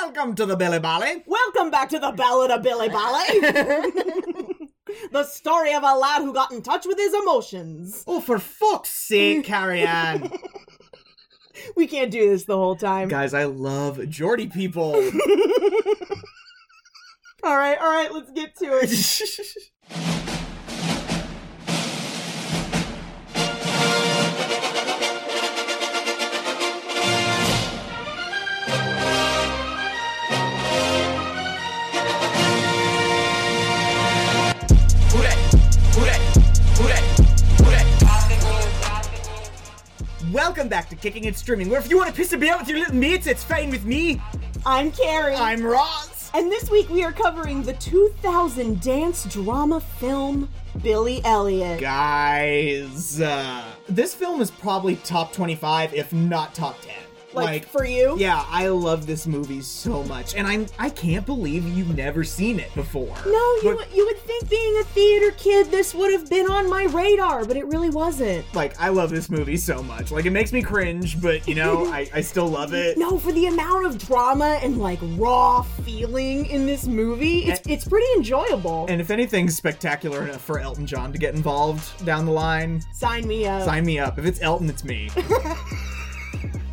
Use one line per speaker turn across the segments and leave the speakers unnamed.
Welcome to the Billy Bally.
Welcome back to the Ballad of Billy Bally. the story of a lad who got in touch with his emotions.
Oh, for fuck's sake, Carrie Ann.
We can't do this the whole time.
Guys, I love Geordie people.
All right, all right, let's get to it.
Who that? Who that? Who that? Who that?
Welcome back to Kicking and Streaming, where if you want to piss about with your little mates, it's fine with me.
I'm Carrie.
I'm Roz.
and this week we are covering the 2000 dance drama film Billy Elliot.
Guys, uh, this film is probably top 25, if not top 10.
like, for you?
yeah, I love this movie so much, and I'm I can't believe you've never seen it before.
No, you,
But-
would- you would think being a theater kid this would have been on my radar, but it really wasn't.
like I love this movie so much. Like it makes me cringe, but you know, I, I still love it.
No, for the amount of drama and like raw feeling in this movie, it's, it's pretty enjoyable.
And if anything's spectacular enough for Elton John to get involved down the line,
Sign me up.
sign me up. If it's Elton, it's me.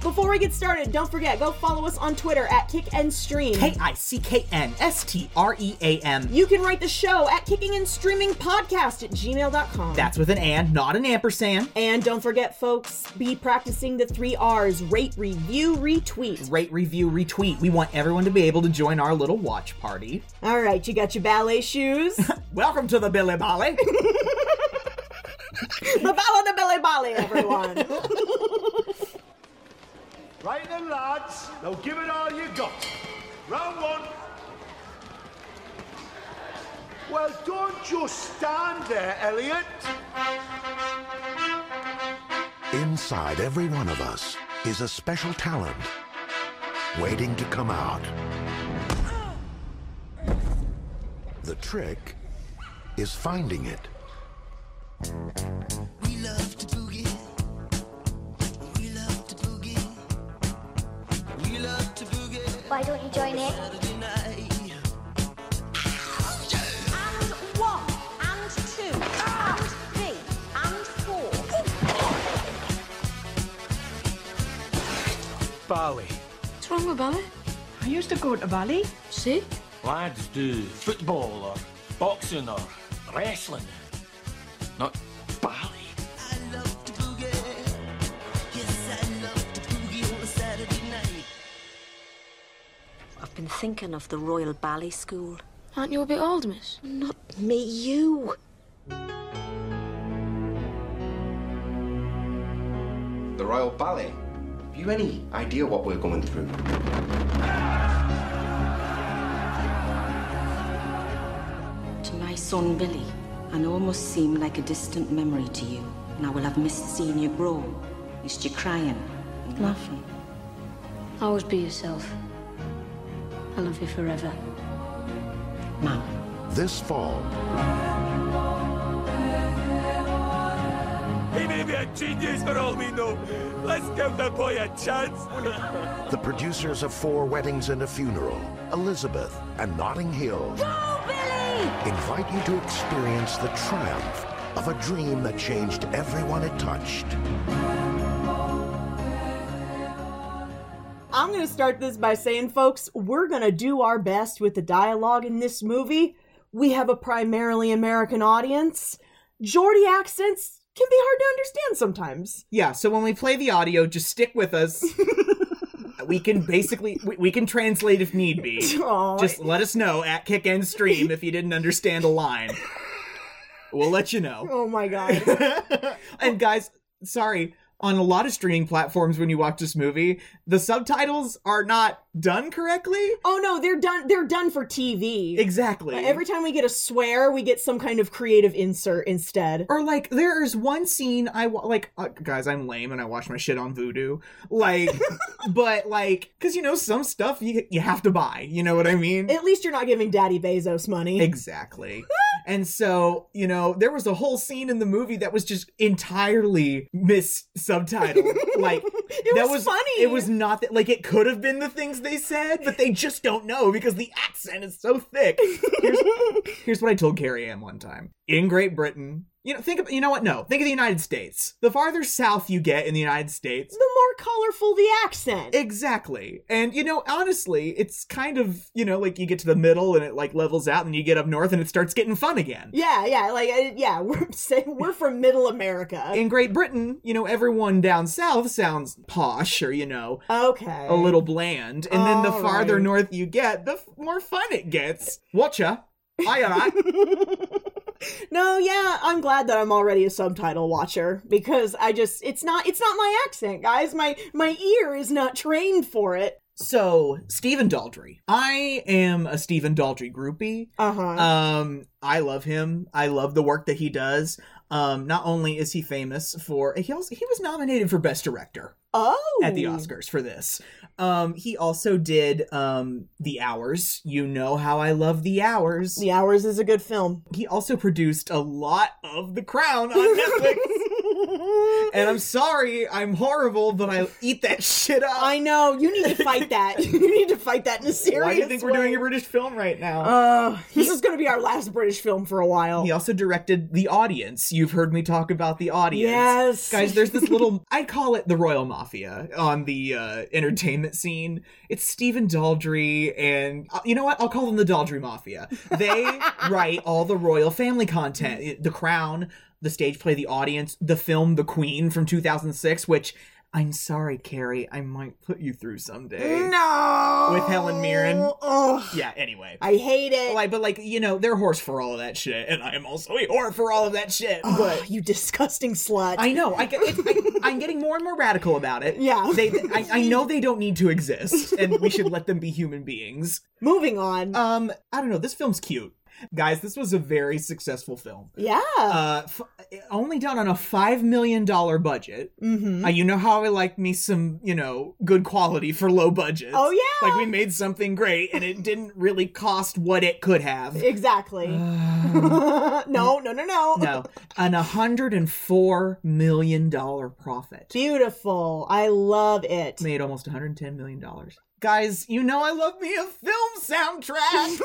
Before we get started, don't forget go follow us on Twitter at Kick and Stream.
I C K N S T R E A M.
You can write the show at kicking and streaming podcast at gmail.com.
with an and, not an ampersand.
and don't forget, folks, be practicing the three R's rate, review, retweet.
Rate, review, retweet. We want everyone to be able to join our little watch party.
All right, you got your ballet shoes? the
Welcome to the Billy Bally.
Ballad of Billy Bally, everyone.
Right then, lads. Now give it all you got. Round one. Well, don't just stand there, Elliot.
Inside every one of us is a special talent waiting to come out. The trick is finding it.
We love to boogie. We love to boogie. We love to boogie
Why don't you join in?
Saturday night.
And one, and two, and three, and four.
Bali.
What's wrong with Bali? I used to go to Bali. See?
Lads do football or boxing or wrestling. Not Bali.
I love to boogie. Yes, I love to boogie on a Saturday night.
I've been thinking of the Royal Ballet School.
Aren't you a bit old, miss?
Not me, you.
The Royal Ballet. Have you any idea what we're going through?
To my son Billy, and almost seem like a distant memory to you. And I will have missed seeing you grow, missed you crying and laughing.
Always be yourself. I love you forever.
Mum,
This fall,
He may be a genius for all we know. Let's give the boy a chance.
the producers of Four Weddings and a Funeral, Elizabeth and Notting Hill, invite you to experience the triumph of a dream that changed everyone it touched.
I'm going to start this by saying, folks, we're going to do our best with the dialogue in this movie. We have a primarily American audience. Geordie accents can be hard to understand sometimes.
yeah, so when we play the audio, just stick with us. we can basically we, we can translate if need be.
Aw,
Just let us know at Kick and Stream if you didn't understand a line. We'll let you know.
oh my god.
and guys, sorry, on a lot of streaming platforms when you watch this movie, the subtitles are not done correctly.
Oh no, they're done they're done for TV.
Exactly.
Every time we get a swear, we get some kind of creative insert instead.
or like there is one scene I wa- like uh, guys I'm lame and I watch my shit on Voodoo like but like cuz you know some stuff you you have to buy you know what I mean
At least you're not giving Daddy Bezos money.
exactly And so, you know, there was a whole scene in the movie that was just entirely mis subtitled. like that
was funny.
It was not that like it could have been the things they said, but they just don't know because the accent is so thick. Here's, here's what I told Carrie Ann one time. In Great Britain, you know, think of you know what? No, think of the United States. The farther south you get in the United States,
the more colorful the accent.
Exactly. And you know, honestly, it's kind of, you know, like you get to the middle and it like levels out and you get up north and it starts getting fun again.
Yeah, yeah, like uh, yeah, we're saying we're from Middle America.
In Great Britain, you know, everyone down south sounds posh or, you know,
okay,
a little bland. And then the
All
farther
right.
north you get, the f- more fun it gets. Watcha. I all right.
No, yeah, I'm glad that I'm already a subtitle watcher because I just it's not it's not my accent, guys. My my ear is not trained for it.
So, Stephen Daldry. I am a Stephen Daldry groupie.
Uh-huh.
Um, I love him. I love the work that he does. Um, not only is he famous for he also, he was nominated for best director
oh.
at the Oscars for this. Um, he also did um The Hours. You know how I love The Hours.
The Hours is a good film.
He also produced a lot of The Crown on Netflix. and I'm sorry, I'm horrible, but I eat that shit up.
I know you need to fight that. you need to fight that in a serious
Why do you think we're
way.
doing a British film right now?
Uh, this is going to be our last British film for a while.
He also directed The Audience. You've heard me talk about The Audience.
Yes.
Guys, there's this little, I call it the Royal Mafia on the uh, entertainment scene. It's Stephen Daldry and, uh, you know what? I'll call them the Daldry Mafia. They write all the royal family content It- The Crown, the stage play The Audience, the film The Queen from 2006, which. I'm sorry, Carrie. I might put you through someday.
No.
With Helen Mirren.
Ugh.
Yeah, anyway.
I hate it.
like Oh, but like you know they're horse for all of that shit and i am also a whore for all of that shit but
you disgusting slut.
i know I, get- it, I am getting more and more radical about it
Yeah.
they I, I know they don't need to exist and we should let them be human beings
Moving on.
um i don't know this film's cute guys this was a very successful film
yeah.
uh f- only done on a five million dollar budget
mm-hmm.
Uh, you know how I like me some, you know, good quality for low budget.
Oh, yeah.
like we made something great, and it didn't really cost what it could have.
Exactly. no, no, no, no.
uh, no, an hundred and four million dollar profit.
Beautiful. I love it.
Made almost one hundred and ten million dollars. Guys, you know I love me a film soundtrack.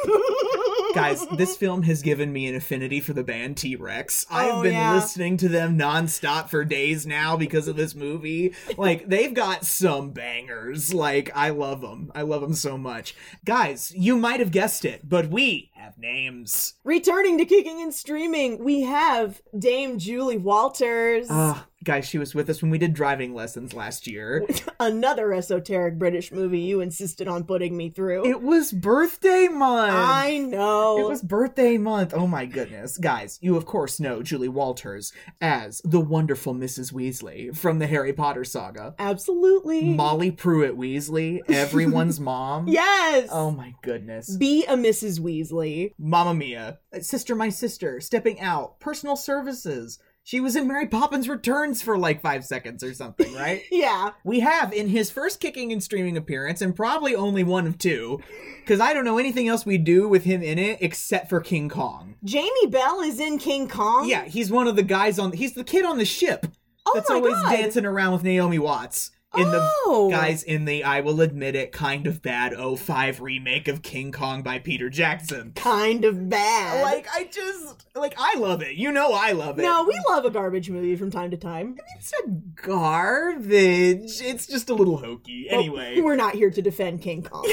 Guys, this film has given me an affinity for the band T Rex. I've
Oh,
been
yeah.
listening to them nonstop for days now because of this movie. Like, they've got some bangers. Like, I love them. I love them so much. Guys, you might have guessed it, but we have names.
Returning to kicking and streaming, we have Dame Julie Walters,
Ah, guys, she was with us when we did driving lessons last year.
another esoteric British movie you insisted on putting me through.
It was birthday month.
I know.
It was birthday month. Oh my goodness. Guys, you of course know Julie Walters as the wonderful Mrs. Weasley from the Harry Potter saga.
Absolutely.
Molly Pruitt Weasley, everyone's mom.
yes.
Oh my goodness.
Be a Mrs. Weasley.
Mamma Mia. Sister, my sister, stepping out, personal services. She was in Mary Poppins Returns for like five seconds or something, right?
Yeah.
we have in his first kicking and streaming appearance, and probably only one of two, because I don't know anything else we do with him in it except for King Kong.
Jamie Bell is in King Kong.
Yeah, he's one of the guys on. He's the kid on the ship that's
Oh my
always
God.
dancing around with Naomi Watts. In
Oh.
the guys in the I will admit it kind of bad 05 remake of King Kong by Peter Jackson.
Kind of bad.
Like I just like I love it. You know I love it.
no, we love a garbage movie from time to time.
it's not garbage. It's just a little hokey. Anyway,
We're not here to defend King Kong.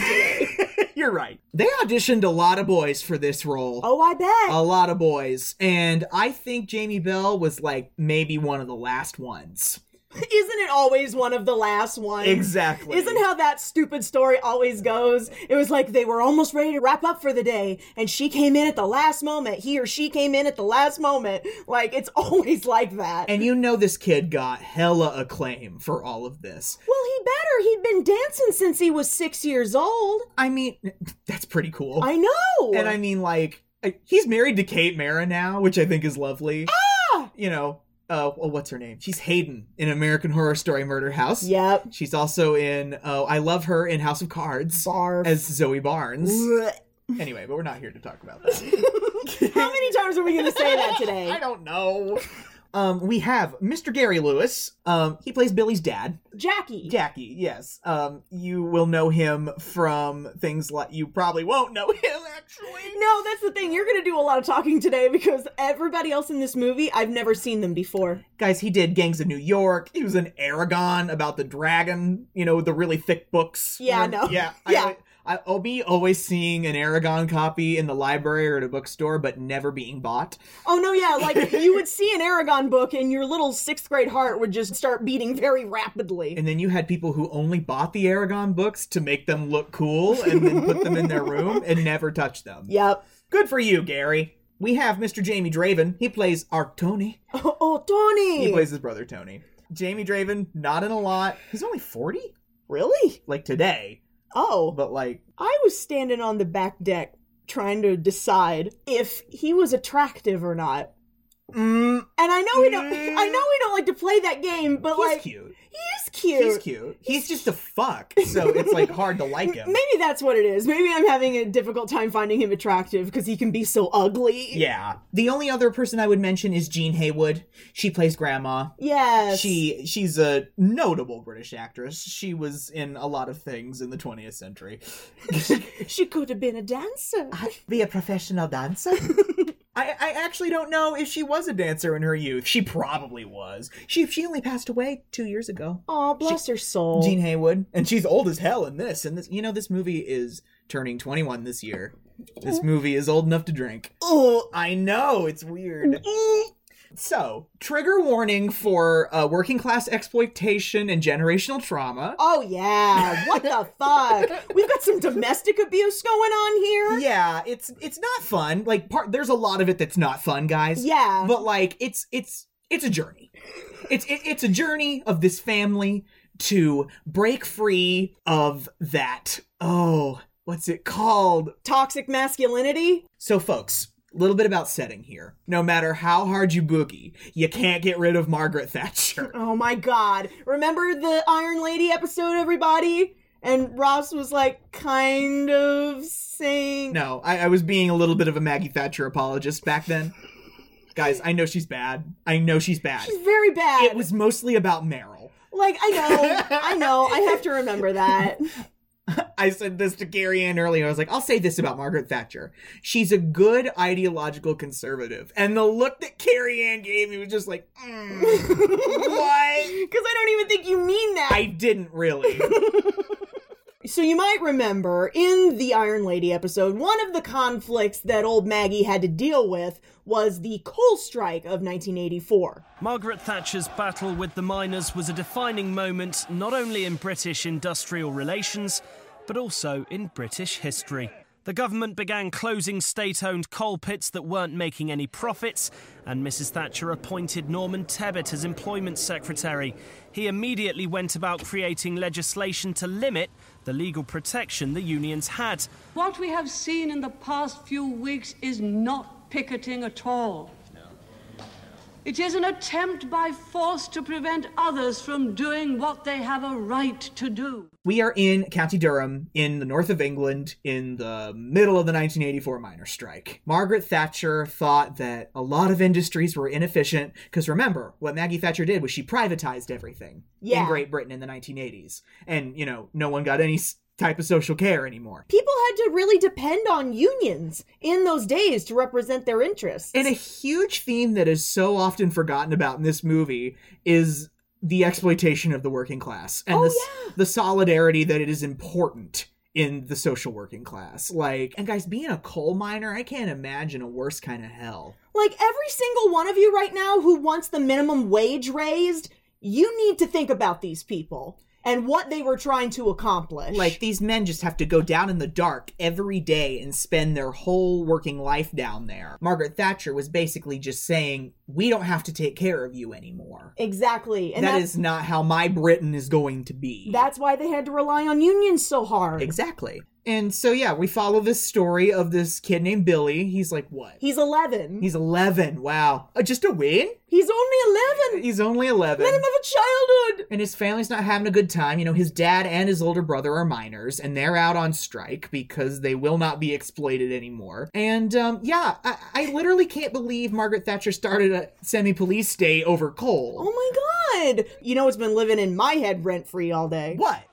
you're right. They auditioned a lot of boys for this role.
oh, I bet.
a lot of boys. And I think Jamie Bell was like maybe one of the last ones.
Isn't it always one of the last ones?
Exactly.
Isn't how that stupid story always goes? It was like they were almost ready to wrap up for the day, and she came in at the last moment. He or she came in at the last moment. Like, it's always like that.
And you know this kid got hella acclaim for all of this.
well, he better. He'd been dancing since he was six years old.
I mean, that's pretty cool.
I know.
and I mean, like, I- he's married to Kate Mara now, which I think is lovely. Ah! You know, uh, well, what's her name? She's Hayden in American Horror Story Murder House.
Yep.
uh, She's also in, oh, I love her in House of Cards
Barf.
as Zoe Barnes.
Blech.
Anyway, but we're not here to talk about that.
How many times are we going to say that today?
I don't know. Um, we have Mr. Gary Lewis. Um, he plays Billy's dad,
Jackie.
Jackie. Yes. Um, you will know him from things like you probably won't know him actually.
No, that's the thing. You're going to do a lot of talking today because everybody else in this movie, I've never seen them before.
Guys, he did Gangs of New York. He was in Aragon about the dragon. You know the really thick books.
Yeah,
Remember-
no.
Yeah.
Yeah.
I, I, I'll be always seeing an Aragon copy in the library or at a bookstore, but never being bought.
Oh, no, yeah. Like, you would see an Aragon book and your little sixth grade heart would just start beating very rapidly.
And then you had people who only bought the Aragon books to make them look cool and then put them in their room and never touch them.
Yep.
Good for you, Gary. We have Mr. Jamie Draven. He plays Arc Tony.
Oh, oh, Tony.
He plays his brother Tony. Jamie Draven, not in a lot. He's only 40?
really?
Like today.
Oh.
But like,
I was standing on the back deck trying to decide if he was attractive or not.
mm,
And I know we don't I know we don't like to play that game, but
he's
like
cute.
he is cute.
He's cute. He's just a fuck. So it's like hard to like him.
Maybe that's what it is. Maybe I'm having a difficult time finding him attractive because he can be so ugly.
Yeah. The only other person I would mention is Jean Haywood. She plays Grandma.
Yes.
She she's a notable British actress. She was in a lot of things in the 20th century.
she could have been a dancer.
Be a professional dancer? I, I actually don't know if she was a dancer in her youth. She probably was. She she only passed away two years ago.
Aw, bless her soul.
Jean Haywood, and she's old as hell in this. And this, you know, this movie is turning 21 this year. This movie is old enough to drink. Oh, I know it's weird. So, trigger warning for uh, working class exploitation and generational trauma.
oh yeah. What the fuck? We've got some domestic abuse going on here.
yeah it's it's not fun like part there's a lot of it that's not fun guys
Yeah.
but like it's it's it's a journey it's it, it's a journey of this family to break free of that oh what's it called
Toxic masculinity.
so folks a little bit about setting here no matter how hard you boogie you can't get rid of margaret thatcher
Oh my god. Remember the Iron Lady episode, everybody? And Ross was like kind of saying
no I, I was being a little bit of a maggie thatcher apologist back then guys i know she's bad i know she's bad
She's very bad.
it was mostly about meryl
like I know, I know, I have to remember that.
I said this to Gary Ann earlier. I was like, I'll say this about Margaret Thatcher. She's a good ideological conservative. And the look that Carrie Ann gave me was just like, mm, what?
Because I don't even think you mean that.
I didn't really.
So you might remember in the Iron Lady episode, one of the conflicts that old Maggie had to deal with was the coal strike of 1984.
Margaret Thatcher's battle with the miners was a defining moment not only in British industrial relations, but also in British history. The government began closing state owned coal pits that weren't making any profits, and Mrs. Thatcher appointed Norman Tebbit as Employment Secretary. He immediately went about creating legislation to limit the legal protection the unions had.
What we have seen in the past few weeks is not picketing at all. It is an attempt by force to prevent others from doing what they have a right to do.
we are in County Durham in the north of England in the middle of the 1984 miner strike. Margaret Thatcher thought that a lot of industries were inefficient because remember, what Maggie Thatcher did was she privatized everything
Yeah.
in Great Britain in the 1980s. And, you know, no one got any s- type of social care anymore.
People had to really depend on unions in those days to represent their interests.
And a huge theme that is so often forgotten about in this movie is the exploitation of the working class and
Oh,
the, s- the solidarity that it is important in the social working class. Like, and guys, being a coal miner, I can't imagine a worse kind of hell.
Like every single one of you right now who wants the minimum wage raised, you need to think about these people and what they were trying to accomplish.
Like, these men just have to go down in the dark every day and spend their whole working life down there. Margaret Thatcher was basically just saying, we don't have to take care of you anymore.
exactly. And
that
that's,
is not how my Britain is going to be.
that's why they had to rely on unions so hard.
Exactly. And so yeah, we follow this story of this kid named Billy. He's like what?
He's 11.
He's 11. Wow. Uh, just a win?
He's only 11.
He's only 11.
Let him have a childhood.
And his family's not having a good time. You know, his dad and his older brother are miners, and they're out on strike because they will not be exploited anymore. And um, yeah, I, I literally can't believe Margaret Thatcher started a semi police state over coal.
Oh my god. You know what's been living in my head rent free all day?
What?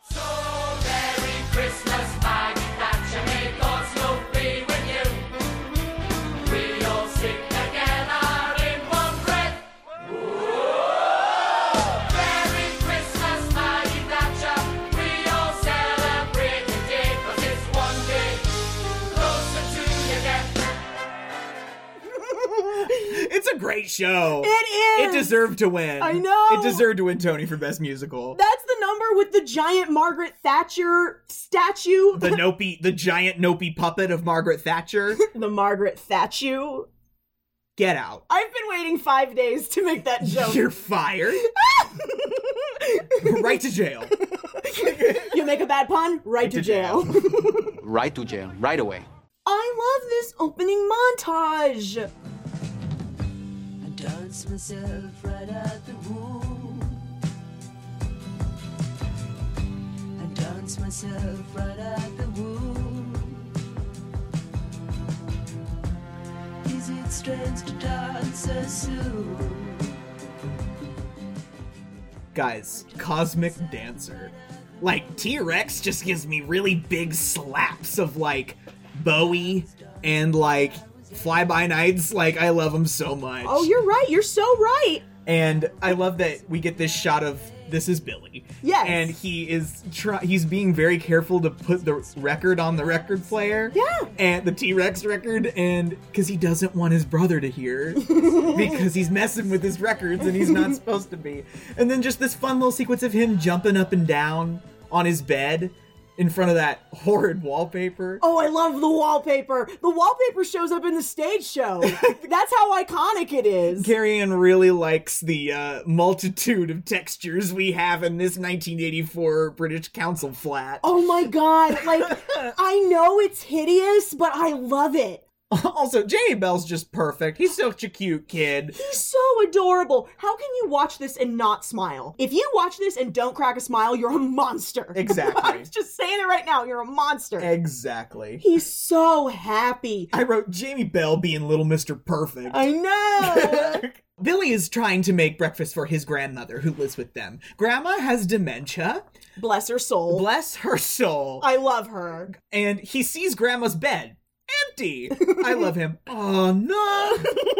It's a great show.
It is.
It deserved to win.
I know.
It deserved to win Tony for Best Musical.
That's the number with the giant Margaret Thatcher statue.
the nopey, the giant nopey puppet of Margaret Thatcher.
the Margaret Thatcher.
Get out.
I've been waiting five days to make that joke.
You're fired. right to jail.
you make a bad pun, right, to, jail.
Right to jail, right away.
I love this opening montage.
Dance myself right out the womb. I dance myself right out the womb. Is it strange to dance so soon?
Guys, Cosmic Dancer. Like, T Rex just gives me really big slaps of, like, Bowie and, like, Fly By Nights. Like, I love them so much.
Oh, you're right. You're so right.
And I love that we get this shot of this is Billy.
Yes.
And he is try- he's being very careful to put the record on the record player.
Yeah.
And the T-Rex record and cuz he doesn't want his brother to hear because he's messing with his records and he's not supposed to be. And then just this fun little sequence of him jumping up and down on his bed in front of that horrid wallpaper.
Oh, I love the wallpaper. The wallpaper shows up in the stage show. That's how iconic it is.
Gary Ann really likes the uh, multitude of textures we have in this 1984 British Council flat.
Oh my god. Like, I know it's hideous, but I love it.
Also, Jamie Bell's just perfect. He's such a cute kid.
He's so adorable. How can you watch this and not smile? If you watch this and don't crack a smile, you're a monster.
Exactly.
I'm just saying it right now. You're a monster.
Exactly.
He's so happy.
I wrote Jamie Bell being little Mr. Perfect.
I know.
Billy is trying to make breakfast for his grandmother who lives with them. Grandma has dementia.
Bless her soul.
Bless her soul.
I love her.
and he sees grandma's bed empty. I love him. Oh no.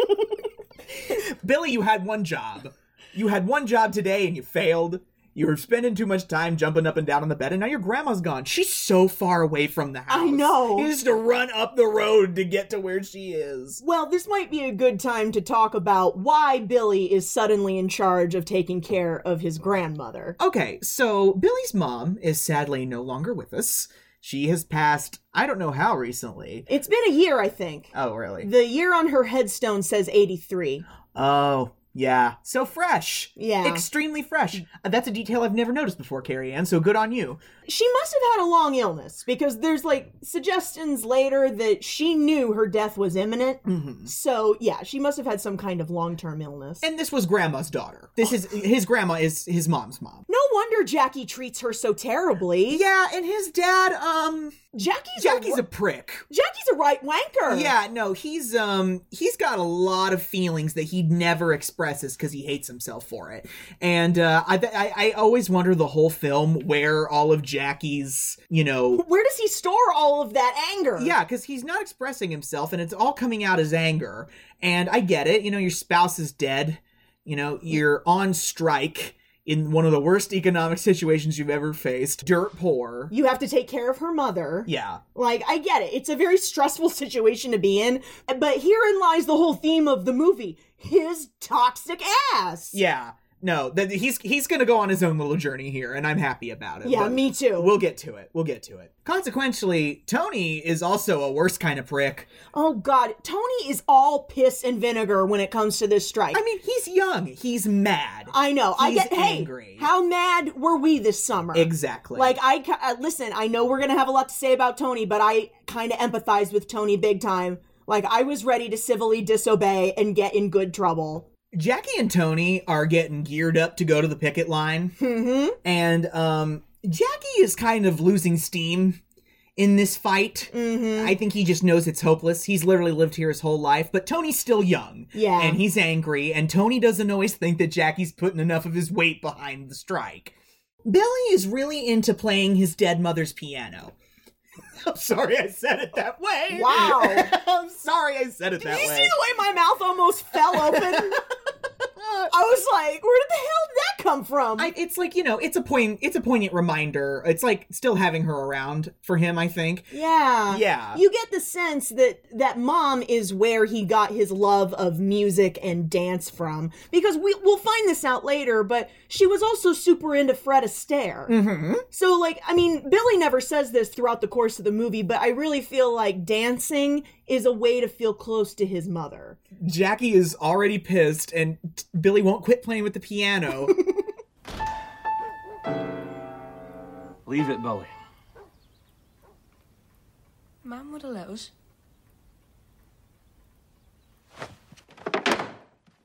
Billy, you had one job. You had one job today and you failed. You were spending too much time jumping up and down on the bed, and now your grandma's gone. She's so far away from the house.
I know.
You used to run up the road to get to where she is.
Well, this might be a good time to talk about why Billy is suddenly in charge of taking care of his grandmother.
Okay, so Billy's mom is sadly no longer with us. She has passed, I don't know how recently.
It's been a year, I think.
Oh, really?
The year on her headstone says 83.
Oh, yeah. So fresh.
Yeah.
Extremely fresh. Uh, That's a detail I've never noticed before, Carrie Ann, so good on you.
She must have had a long illness because there's like suggestions later that she knew her death was imminent.
Mm-hmm.
So, yeah, she must have had some kind of long term illness.
And this was grandma's daughter. This is his grandma is his mom's mom.
no wonder Jackie treats her so terribly.
Yeah, and his dad, um
Jackie's,
Jackie's
a,
a prick.
Jackie's a right wanker.
Yeah, no, he's um he's got a lot of feelings that he never expresses because he hates himself for it, and uh, I, I I always wonder the whole film where all of Jackie's you know
Where does he store all of that anger?
yeah because he's not expressing himself and it's all coming out as anger, and I get it, you know your spouse is dead, you know you're on strike in one of the worst economic situations you've ever faced, dirt poor,
You have to take care of her mother.
yeah.
Like, I get it. It's a very stressful situation to be in. But herein lies the whole theme of the movie his toxic ass.
Yeah. No, that he's he's gonna go on his own little journey here, and I'm happy about it.
Yeah,
but
me too.
We'll get to it. We'll get to it. Consequentially, Tony is also a worse kind of prick.
Oh God, Tony is all piss and vinegar when it comes to this strike. I
mean, he's young. He's mad.
I know. I
He's
get hey,
angry.
How mad were we this summer?
Exactly.
Like I ca- uh, listen. I know we're gonna have a lot to say about Tony, but I kind of empathize with Tony big time. Like I was ready to civilly disobey and get in good trouble.
Jackie and Tony are getting geared up to go to the picket line. Mm-hmm. And um, Jackie is kind of losing steam in this fight. Mm-hmm. I think he just knows it's hopeless. He's literally lived here his whole life, but Tony's still young.
Yeah.
And he's angry, and Tony doesn't always think that Jackie's putting enough of his weight behind the strike. Billy is really into playing his dead mother's piano. I'm sorry I said it that way.
Wow.
I'm sorry I said it
Did
that
you
way.
see the way my mouth almost fell open? I was like, where did the hell did that come from?
I, it's like you know, it's a point. It's a poignant reminder. It's like still having her around for him. I think.
Yeah.
Yeah.
You get the sense that that mom is where he got his love of music and dance from because we we'll find this out later, but she was also super into Fred Astaire.
Mm-hmm.
So like, I mean, Billy never says this throughout the course of the movie, but I really feel like dancing is a way to feel close to his mother.
Jackie is already pissed, and t- Billy won't quit playing with the piano.
Leave it, Billy.
Mum would have let us.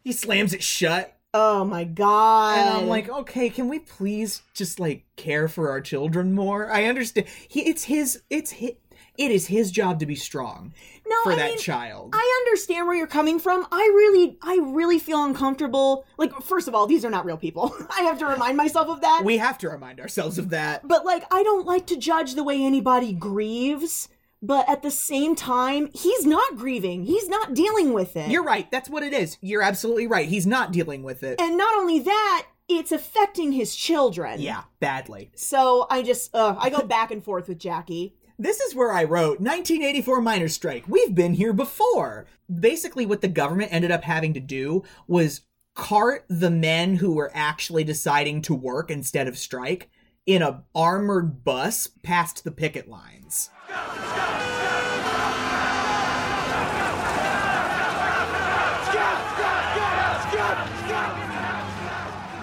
he slams it shut,
Oh my god.
and I'm like, okay, can we please just like care for our children more? I understand. He, it's his. It's his. It is his job to be strong
No,
for
I
that
mean,
child.
I understand where you're coming from. I really, I really feel uncomfortable. Like, first of all, these are not real people. I have to remind myself of that.
we have to remind ourselves of that.
but like, I don't like to judge the way anybody grieves. But at the same time, he's not grieving. He's not dealing with it.
You're right. That's what it is. You're absolutely right. He's not dealing with it.
and not only that, it's affecting his children.
yeah, badly.
So I just, uh, I go back and forth with Jackie.
This is where I wrote 1984 miners strike. We've been here before. Basically, what the government ended up having to do was cart the men who were actually deciding to work instead of strike in a armored bus past the picket lines.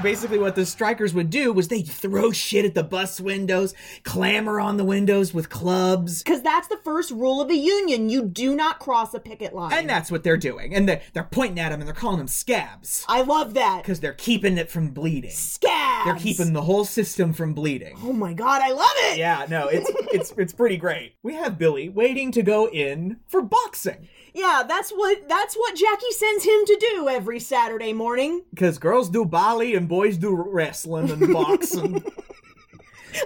basically what the strikers would do was they'd throw shit at the bus windows, clamor on the windows with clubs.
Because that's the first rule of a union. You do not cross a picket line.
And that's what they're doing. And they're, they're pointing at them and they're calling them scabs.
I love that.
Because they're keeping it from bleeding.
Scabs!
They're keeping the whole system from bleeding.
Oh my god, I love it!
Yeah, no, it's it's it's pretty great. We have Billy waiting to go in for boxing.
Yeah, that's what that's what Jackie sends him to do every Saturday morning.
Because girls do volley and boys do wrestling and boxing.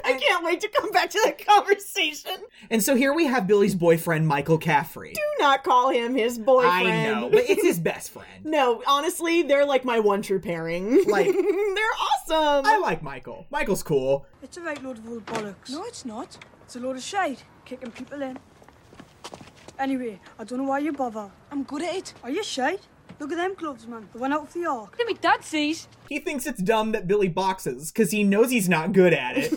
I can't wait to come back to that conversation.
and so here we have Billy's boyfriend, Michael Caffrey.
Do not call him his boyfriend.
I know, but it's his best friend.
no, honestly, they're like my one true pairing.
Like-
they're awesome.
I like Michael. Michael's cool.
It's a right load of old bollocks. No, it's not. It's a load of shite, kicking people in. Anyway, I don't know why you bother. I'm good at it. Are you shite? Look at them gloves, man. The one out of the ark. Let me dad sees.
He thinks it's dumb that Billy boxes because he knows he's not good at it.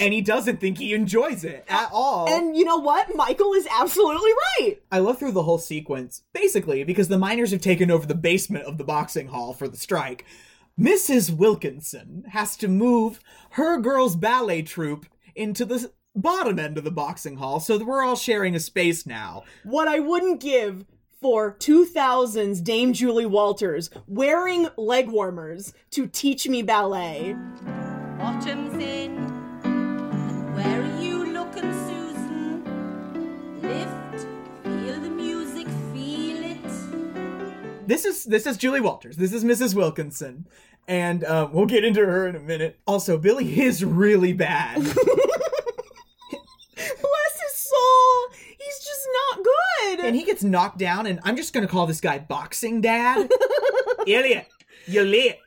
and he doesn't think he enjoys it at all.
and you know what? Michael is absolutely right.
I love through the whole sequence, basically, because the miners have taken over the basement of the boxing hall for the strike. Mrs. Wilkinson has to move her girls' ballet troupe into the s- bottom end of the boxing hall so that we're all sharing a space now.
What I wouldn't give for 2000s Dame Julie Walters wearing leg warmers to teach me ballet.
Mm.
Autumn's in. Where are you looking, Susan? Lift, feel the music, feel it.
This is this is Julie Walters. This is Mrs. Wilkinson, and uh, we'll get into her in a minute. Also, Billy is really bad.
Bless his soul. He's just not good.
and he gets knocked down and i'm just gonna call this guy boxing dad idiot you lit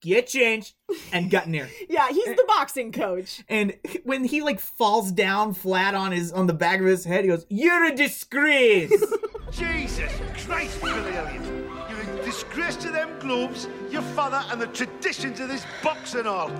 get changed and got near
yeah, he's the boxing coach.
and when he like falls down flat on his on the back of his head he goes you're a disgrace
Jesus Christ, Billy Elliot! You're a disgrace to them globes, your father, and the traditions of this box and all.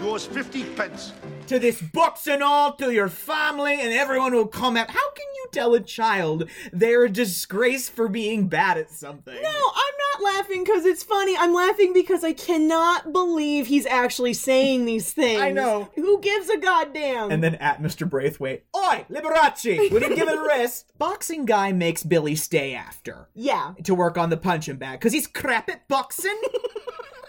Yours 50 pence.
to this books and all to your family and everyone will come out. How can you tell a child they're a disgrace for being bad at something?
No, I'm not laughing because it's funny. I'm laughing because I cannot believe he's actually saying these things. I know. Who gives a goddamn?
And then at Mr. Braithwaite, Oi, Liberace, would you give it a rest? Boxing guy makes Billy stay after
yeah.
to work on the punching bag because he's crap at boxing.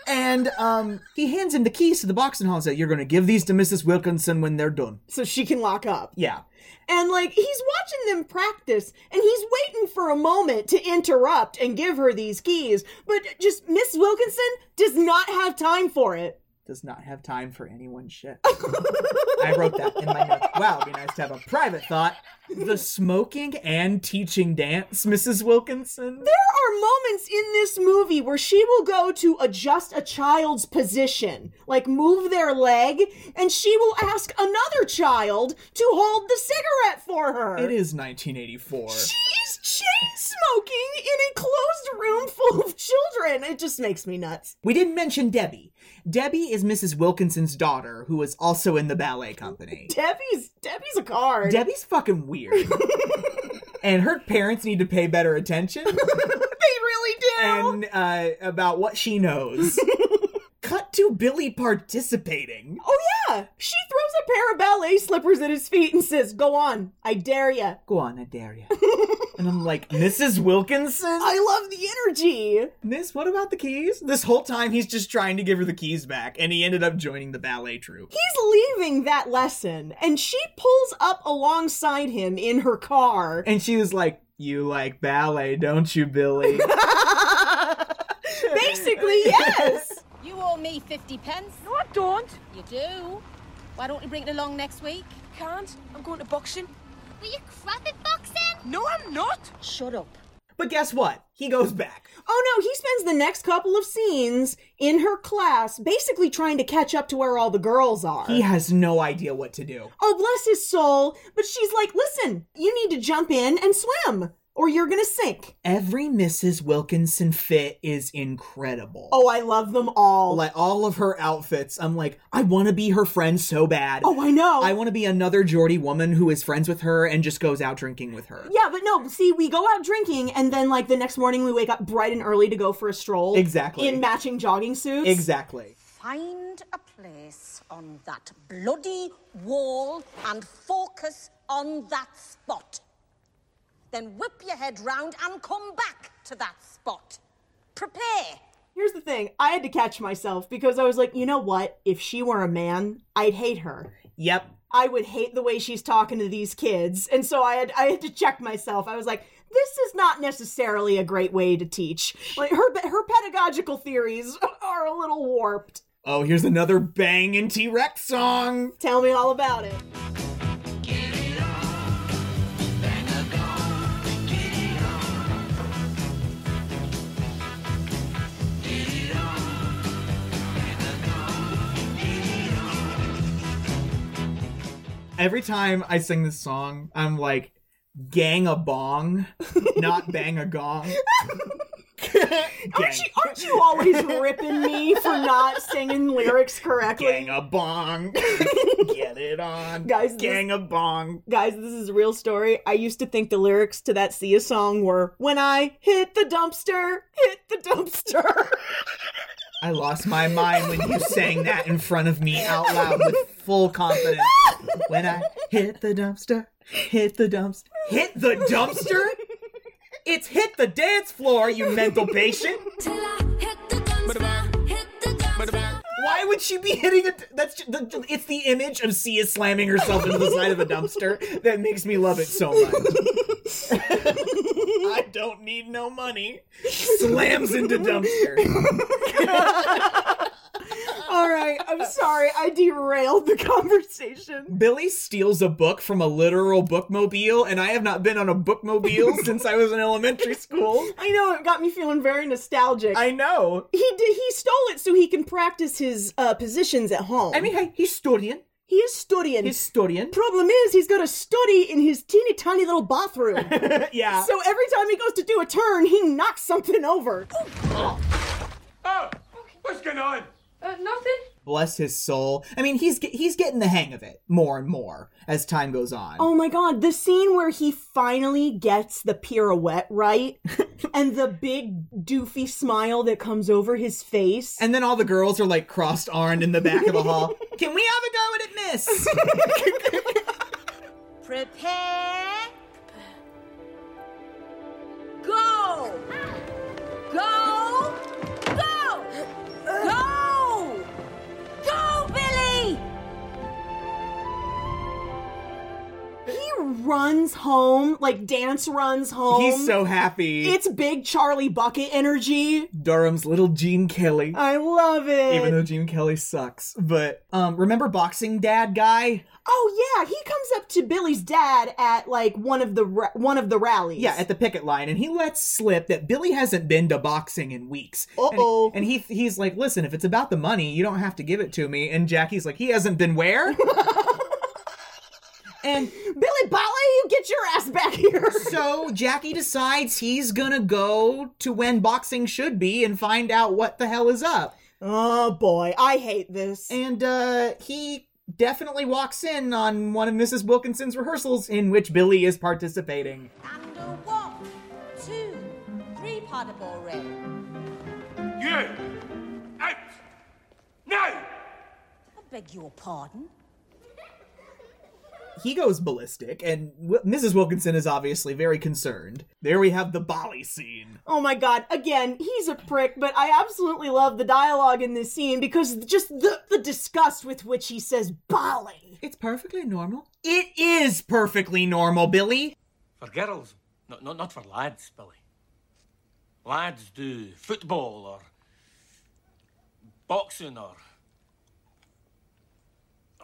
and um, he hands him the keys to the boxing hall and says, You're going to give these to Mrs. Wilkinson when they're done.
So she can lock up.
Yeah.
And like he's watching them practice and he's waiting for a moment to interrupt and give her these keys, but just Miss Wilkinson does not have time for it.
Does not have time for anyone's shit. I wrote that in my notes. Wow, it'd be nice to have a private thought. The smoking and teaching dance, Mrs. Wilkinson.
There are moments in this movie where she will go to adjust a child's position, like move their leg, and she will ask another child to hold the cigarette for her.
It is 1984.
She's chain smoking in a closed room full of children. It just makes me nuts.
We didn't mention Debbie. Debbie is Mrs. Wilkinson's daughter, who is also in the ballet company.
Debbie's Debbie's a card.
Debbie's fucking weird. and her parents need to pay better attention.
they really do.
and uh, about what she knows. Cut to Billy participating.
oh yeah, she throws a pair of ballet slippers at his feet and says, "Go on, I dare ya."
Go on, I dare you. and I'm like, Mrs. Wilkinson?
I love the energy.
Miss, what about the keys? This whole time he's just trying to give her the keys back, and he ended up joining the ballet troupe.
He's leaving that lesson, and she pulls up alongside him in her car.
And she was like, You like ballet, don't you, Billy?
Basically, yes.
You owe me 50 pence.
No, I don't.
You do. Why don't you bring it along next week?
Can't. I'm going to boxing.
Were you crap at boxing?
No, I'm not.
Shut up.
but guess what? He goes back.
Oh no, he spends the next couple of scenes in her class basically trying to catch up to where all the girls are.
He has no idea what to do.
Oh, bless his soul. But she's like, listen, you need to jump in and swim, or you're gonna sink.
Every Mrs. Wilkinson fit is incredible.
Oh, I love them all.
Like all of her outfits, I'm like, I want to be her friend so bad.
oh, I know.
I want to be another Geordie woman who is friends with her and just goes out drinking with her.
yeah, but no, see, we go out drinking, and then, like, the next morning we wake up bright and early to go for a stroll.
Exactly.
In matching jogging suits.
Exactly.
Find a place on that bloody wall and focus on that spot. Then whip your head round and come back to that spot. Prepare.
Here's the thing I had to catch myself because I was like, you know what? If she were a man, I'd hate her.
Yep.
I would hate the way she's talking to these kids. And so I had I had to check myself. I was like, this is not necessarily a great way to teach. Like her her pedagogical theories are a little warped.
Oh, here's another banging T Rex song.
Tell me all about it.
Every time I sing this song, I'm like, gang a bong, not bang a gong. gang,
Aren't you, aren't you always ripping me for not singing lyrics correctly?
gang a bong. Get it on.
Guys, this-
gang a bong.
Guys, this is a real story. I used to think the lyrics to that Sia song were When I hit the dumpster, hit the dumpster.
I lost my mind when you sang that in front of me out loud with full confidence. When I hit the dumpster, hit the dumpster, hit the dumpster? It's hit the dance floor, you mental patient. Why would she be hitting a? That's ju- the, it's the image of Sia slamming herself into the side of a dumpster that makes me love it so much. I don't need no money. Slams into dumpster.
All right, I'm sorry. I derailed the conversation.
Billy steals a book from a literal bookmobile, and I have not been on a bookmobile since I was in elementary school.
I know it got me feeling very nostalgic.
I know.
he did. He stole it so he can practice his uh, positions at home.
I mean, hey, he's studying.
He is studying.
He's studying.
Problem is, he's got to study in his teeny tiny little bathroom.
Yeah.
So every time he goes to do a turn, he knocks something over.
Oh, what's going on?
Uh, nothing?
Bless his soul. I mean, he's get, he's getting the hang of it more and more as time goes on.
Oh my god, the scene where he finally gets the pirouette right and the big doofy smile that comes over his face.
And then all the girls are like crossed armed in the back of the hall. Can we have a go at it, miss?
Prepare. Go. Go. Go. Go. Go, Billy.
He runs home, like dance runs home.
He's so happy.
It's big Charlie Bucket energy.
Durham's little Gene Kelly.
I love it.
Even though Gene Kelly sucks. But um remember boxing dad guy?
Oh yeah, he comes up to Billy's dad at like one of the ra- one of the rallies.
Yeah, at the picket line, and he lets slip that Billy hasn't been to boxing in weeks.
Uh-oh.
And, and he he's like, listen, if it's about the money, you don't have to give it to me. And Jackie's like, he hasn't been where? and
Billy Botley, you get your ass back here.
so Jackie decides he's gonna go to when boxing should be and find out what the hell is up.
Oh boy, I hate this.
And uh he definitely walks in on one of Mrs. Wilkinson's rehearsals in which Billy is participating.
And a one, two, three part of all ring.
You! Out! No!
I beg your pardon.
He goes ballistic, and w- Mrs. Wilkinson is obviously very concerned. There we have the Bali scene.
Oh my god, again, he's a prick, but I absolutely love the dialogue in this scene because just the, the disgust with which he says Bali.
It's perfectly normal. It is perfectly normal, Billy.
For girls, no, no, not for lads, Billy. Lads do football or boxing or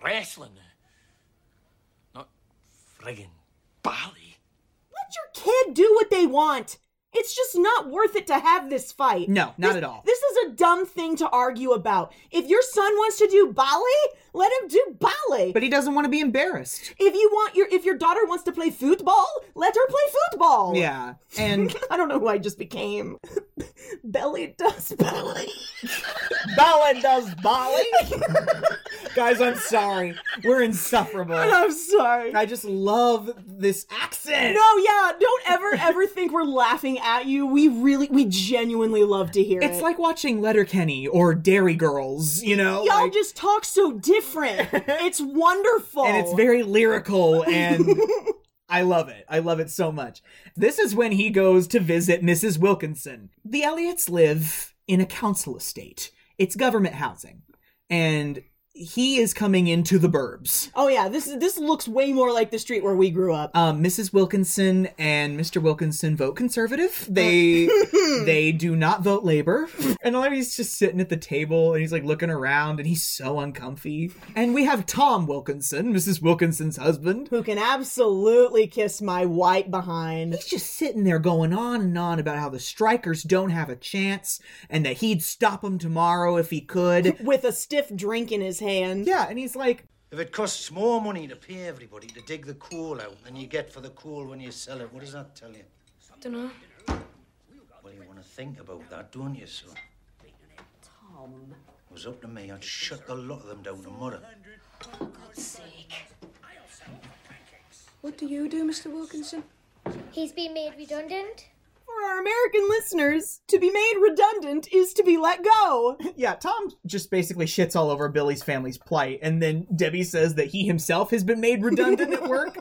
wrestling. Not friggin' Bali.
Let your kid do what they want. It's just not worth it to have this fight.
No, not
This-
at all.
This is a dumb thing to argue about. If your son wants to do Bali, let him do Bali.
But he doesn't want to be embarrassed.
If you want your if your daughter wants to play football, let her play football.
Yeah, and
I don't know who I just became. belly does belly.
Ballin does Bali. Guys, I'm sorry. We're insufferable.
I'm sorry.
I just love this accent.
No, yeah, don't ever, ever think we're laughing at you. We really, we genuinely love to hear it.
It's like watching Letterkenny or Dairy Girls, you know?
y'all
like-
just talk so different. It's wonderful.
and it's very lyrical and I love it. I love it so much. This is when he goes to visit Mrs. Wilkinson. The Elliots live in a council estate. It's government housing. And he is coming into the burbs.
Oh yeah, this is this looks way more like the street where we grew up.
Um, Mrs. Wilkinson and Mr. Wilkinson vote conservative. They they do not vote labor. And he's just sitting at the table and he's like looking around and he's so uncomfy. And we have Tom Wilkinson, Mrs. Wilkinson's husband,
Who can absolutely kiss my white behind?
he's just sitting there going on and on about how the strikers don't have a chance and that he'd stop them tomorrow if he could.
with a stiff drink in his hand.
Yeah, and he's like,
If it costs more money to pay everybody to dig the coal out than you get for the coal when you sell it, what does that tell you?
Dunno.
Well, you want to think about that, don't you, son?
Tom,
It was up to me, I'd shut the lot of them down tomorrow.
For God's sake. What do you do, Mr. Wilkinson?
He's been made redundant.
For our American listeners, to be made redundant is to be let go.
yeah, Tom just basically shits all over Billy's family's plight. And then Debbie says that he himself has been made redundant at work.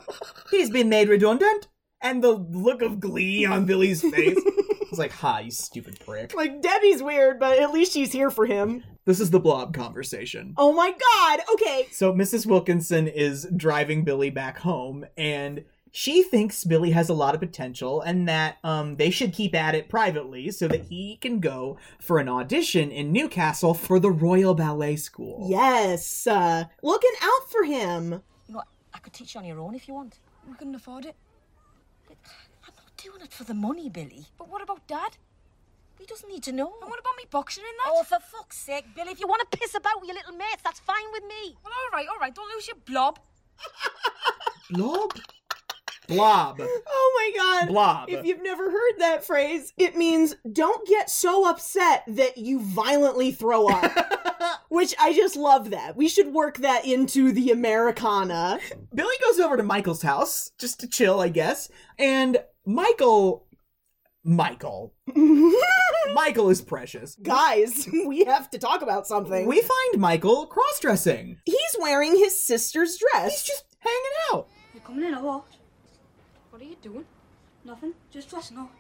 He's been made redundant. And the look of glee on Billy's face. It's like, ha, you stupid prick.
Like Debbie's weird, but at least she's here for him.
This is the blob conversation.
Oh my god. Okay.
So Mrs. Wilkinson is driving Billy back home and she thinks Billy has a lot of potential and that um, they should keep at it privately so that he can go for an audition in Newcastle for the Royal Ballet School.
Yes. Uh looking out for him.
you know, I could teach you on your own if you want.
We couldn't afford it.
I'm not doing it for the money, Billy.
But what about Dad?
He doesn't need to know. And what about me boxing in that? Oh, for fuck's sake, Billy, if you want to piss about with your little mates, that's fine with me. Well, all right, all right, don't lose your blob.
Blob? Blob.
Oh my god.
Blob.
If you've never heard that phrase, it means don't get so upset that you violently throw up. Which I just love that. We should work that into the Americana.
Billy goes over to Michael's house just to chill, I guess. And Michael. Michael. Michael is precious.
Guys, we have to talk about something.
We find Michael cross dressing.
He's wearing his sister's dress. He's just
hanging out.
You coming in or what?
What are you doing?
Nothing. Just dressing up.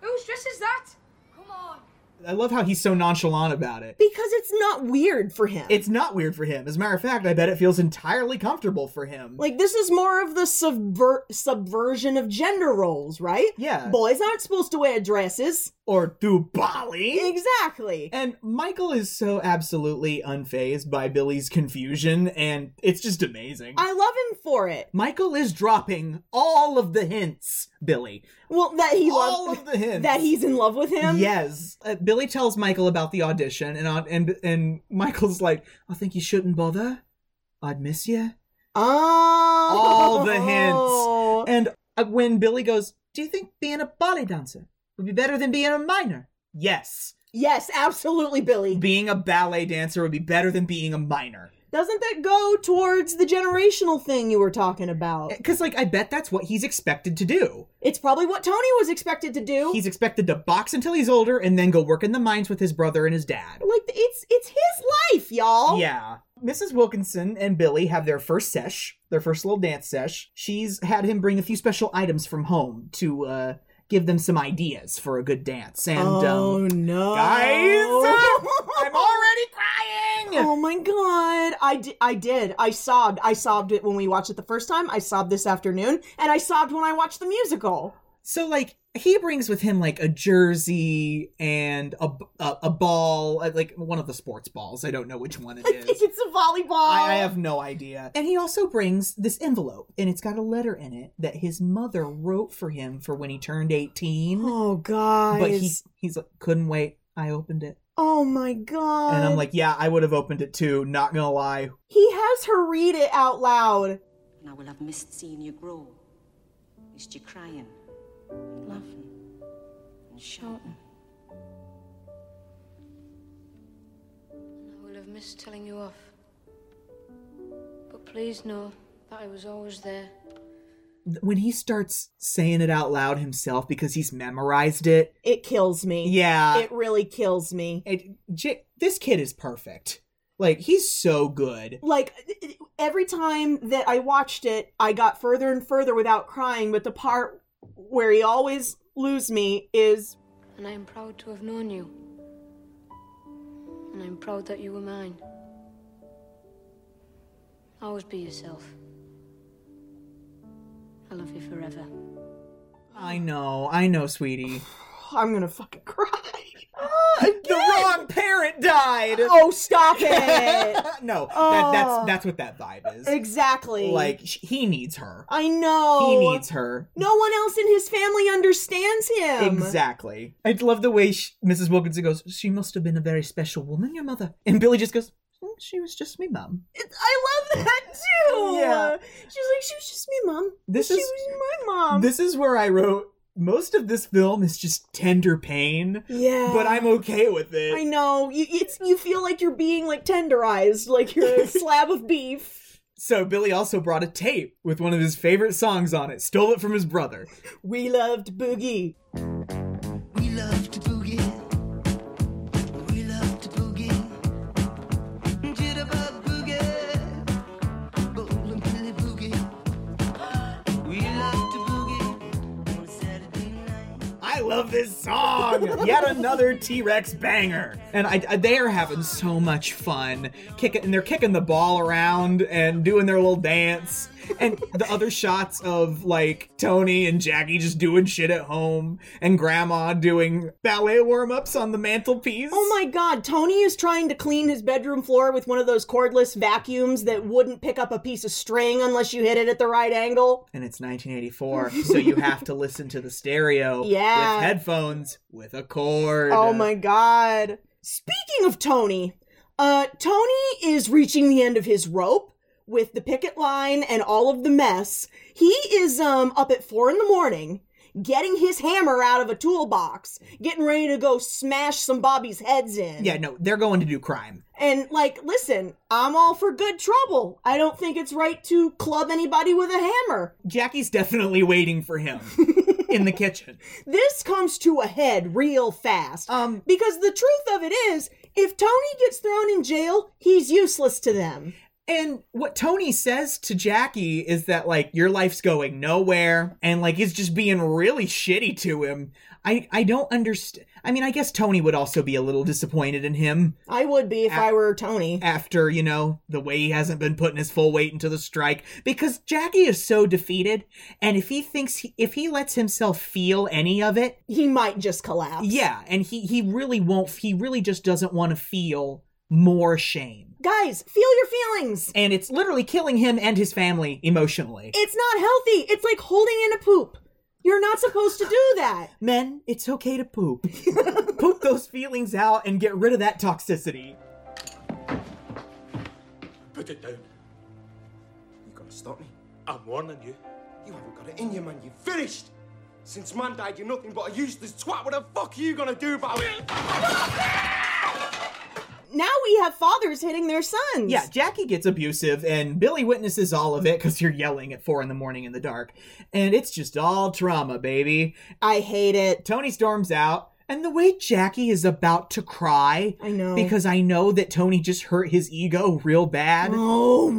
Whose dress is that? Come on.
I love how he's so nonchalant about it.
Because it's not weird for him.
It's not weird for him. As a matter of fact, I bet it feels entirely comfortable for him.
Like this is more of the subver- subversion of gender roles, right?
Yeah.
Boys aren't supposed to wear dresses.
Or do Bali.
Exactly.
And Michael is so absolutely unfazed by Billy's confusion, and it's just amazing.
I love him for it.
Michael is dropping all of the hints, Billy.
Well, that he
all
loves
of the hints.
that he's in love with him.
Yes. Uh, Billy tells Michael about the audition, and uh, and and Michael's like, "I think you shouldn't bother. I'd miss you."
Oh,
All the hints. And uh, when Billy goes, "Do you think being a ballet dancer would be better than being a minor?" Yes.
Yes, absolutely, Billy.
Being a ballet dancer would be better than being a minor.
Doesn't that go towards the generational thing you were talking about?
Because, like, I bet that's what he's expected to do.
It's probably what Tony was expected to do.
He's expected to box until he's older and then go work in the mines with his brother and his dad.
like it's it's his life, y'all.
Yeah. Mrs. Oh, Wilkinson and Billy have their first sesh, their first little dance sesh. She's had him bring a few special items from home to uh, give them some ideas for a good dance. And
oh
um,
no,
guys, I'm already crying.
Oh my god, I di- I did. I sobbed. I sobbed it when we watched it the first time. I sobbed this afternoon, and I sobbed when I watched the musical.
So like he brings with him like a jersey and a a, a ball, uh, like one of the sports balls. I don't know which one it
I
is.
think it's a volleyball.
I, I have no idea. And he also brings this envelope, and it's got a letter in it that his mother wrote for him for when he turned eighteen.
Oh guys,
but he he's like, couldn't wait. I opened it,
oh my god.
and I'm like, yeah, I would have opened it too. Not gonna lie.
he has her read it out loud.
And I will have missed seeing you grow. Missed you crying, and laughing, and shouting.
I will have missed telling you off. But please know that I was always there.
When he starts saying it out loud himself because he's memorized it,
It kills me.
Yeah.
it really kills me.
it, J- this kid is perfect. Like he's so good.
like every time that I watched it, I got further and further without crying. But the part where he always lose me is
And I am proud to have known you. And I'm proud that you were mine. Always be yourself. I love you forever.
I know, I know, sweetie.
I'm gonna fucking cry.
the wrong parent died.
Oh, stop it!
no, that,
Oh.
that's that's what that vibe is.
exactly.
Like sh- he needs her.
I know.
He needs her.
No one else in his family understands him.
Exactly. I love the way she, Mrs. Wilkinson goes. She must have been a very special woman, your mother. And Billy just goes. "Mm, She was just me, mum.
It- I love that too.
Yeah.
She's like, she was just me, mom.
This
she
is-
was my mom.
This is where I wrote. Most of this film is just tender pain,
yeah.
but I'm okay with it.
I know. You it's you feel like you're being like tenderized, like you're a slab of beef.
So Billy also brought a tape with one of his favorite songs on it. Stole it from his brother.
We loved Boogie.
We love to boogie. We love to boogie. Jitterbug boogie. Bowling Billy boogie. We love to boogie. On Saturday night.
I love this song. Yet another T Rex banger. And I, I- they are having so much fun kicking, and they're kicking the ball around and doing their little dance. and the other shots of like Tony and Jackie just doing shit at home and grandma doing ballet warm ups on the mantelpiece.
Oh my god, Tony is trying to clean his bedroom floor with one of those cordless vacuums that wouldn't pick up a piece of string unless you hit it at the right angle.
And it's 1984, so you have to listen to the stereo
Yeah.
with headphones with a cord.
Oh my god. Speaking of Tony, uh Tony is reaching the end of his rope with the picket line and all of the mess. He is um up at four in the morning getting his hammer out of a toolbox, getting ready to go smash some Bobby's heads in.
Yeah, no, they're going to do crime.
And like, listen, I'm all for good trouble. I don't think it's right to club anybody with a hammer.
Jackie's definitely waiting for him in the kitchen.
This comes to a head real fast. Um, because the truth of it is, if Tony gets thrown in jail, he's useless to them.
And what Tony says to Jackie is that like your life's going nowhere and like he's just being really shitty to him. I I don't understand. I mean, I guess Tony would also be a little disappointed in him
I would be if I were Tony.
after, you know, the way he hasn't been putting his full weight into the strike because Jackie is so defeated and if he thinks he, if he lets himself feel any of it,
he might just collapse.
Yeah, and he he really won't he really just doesn't want to feel more shame.
Guys, feel your feelings.
And it's literally killing him and his family emotionally.
It's not healthy. It's like holding in a poop. You're not supposed to do that.
Men, it's okay to poop. poop those feelings out and get rid of that toxicity.
Put it down.
You gotta stop me.
I'm warning you.
You haven't got it in you, man. You're finished. Since man died, you're nothing but a useless twat. What the fuck are you gonna do about it?
Now we have fathers hitting their sons.
Yeah, Jackie gets abusive, and Billy witnesses all of it because you're yelling at four in the morning in the dark. And it's just all trauma, baby.
I hate it.
Tony storms out, and the way Jackie is about to cry.
I know.
Because I know that Tony just hurt his ego real bad.
Oh,
And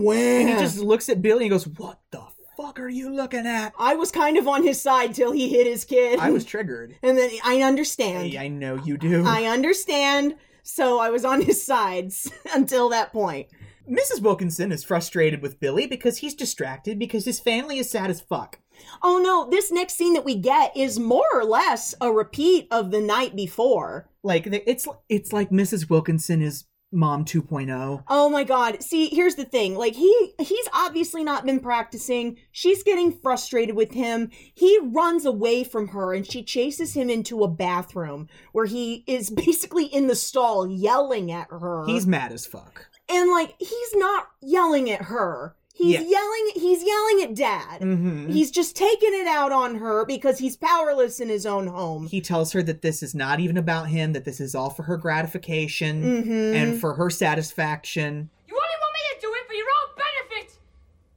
he
man.
just looks at Billy and goes, What the fuck are you looking at?
I was kind of on his side till he hit his kid.
I was triggered.
And then I understand.
Hey, I know you do.
I understand. So I was on his sides until that point.
Mrs. Wilkinson is frustrated with Billy because he's distracted because his family is sad as fuck.
Oh no, this next scene that we get is more or less a repeat of the night before.
Like th- it's it's like Mrs. Wilkinson is mom 2.0.
Oh my god. See, here's the thing. Like he he's obviously not been practicing. She's getting frustrated with him. He runs away from her and she chases him into a bathroom where he is basically in the stall yelling at her.
He's mad as fuck.
and like he's not yelling at her he's
Yeah.
yelling he's yelling at dad
Mhm.
he's just taking it out on her because he's powerless in his own home
He tells her that this is not even about him, that this is all for her gratification
Mhm.
and for her satisfaction.
You only want me to do it for your own benefit.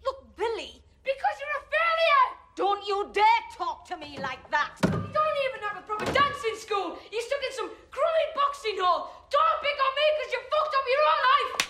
Look, Billy, because you're a failure! Don't you dare talk to me like that!
You don't even have a proper dancing school. You're stuck in some crummy boxing hall. Don't pick on me because you fucked up your own life.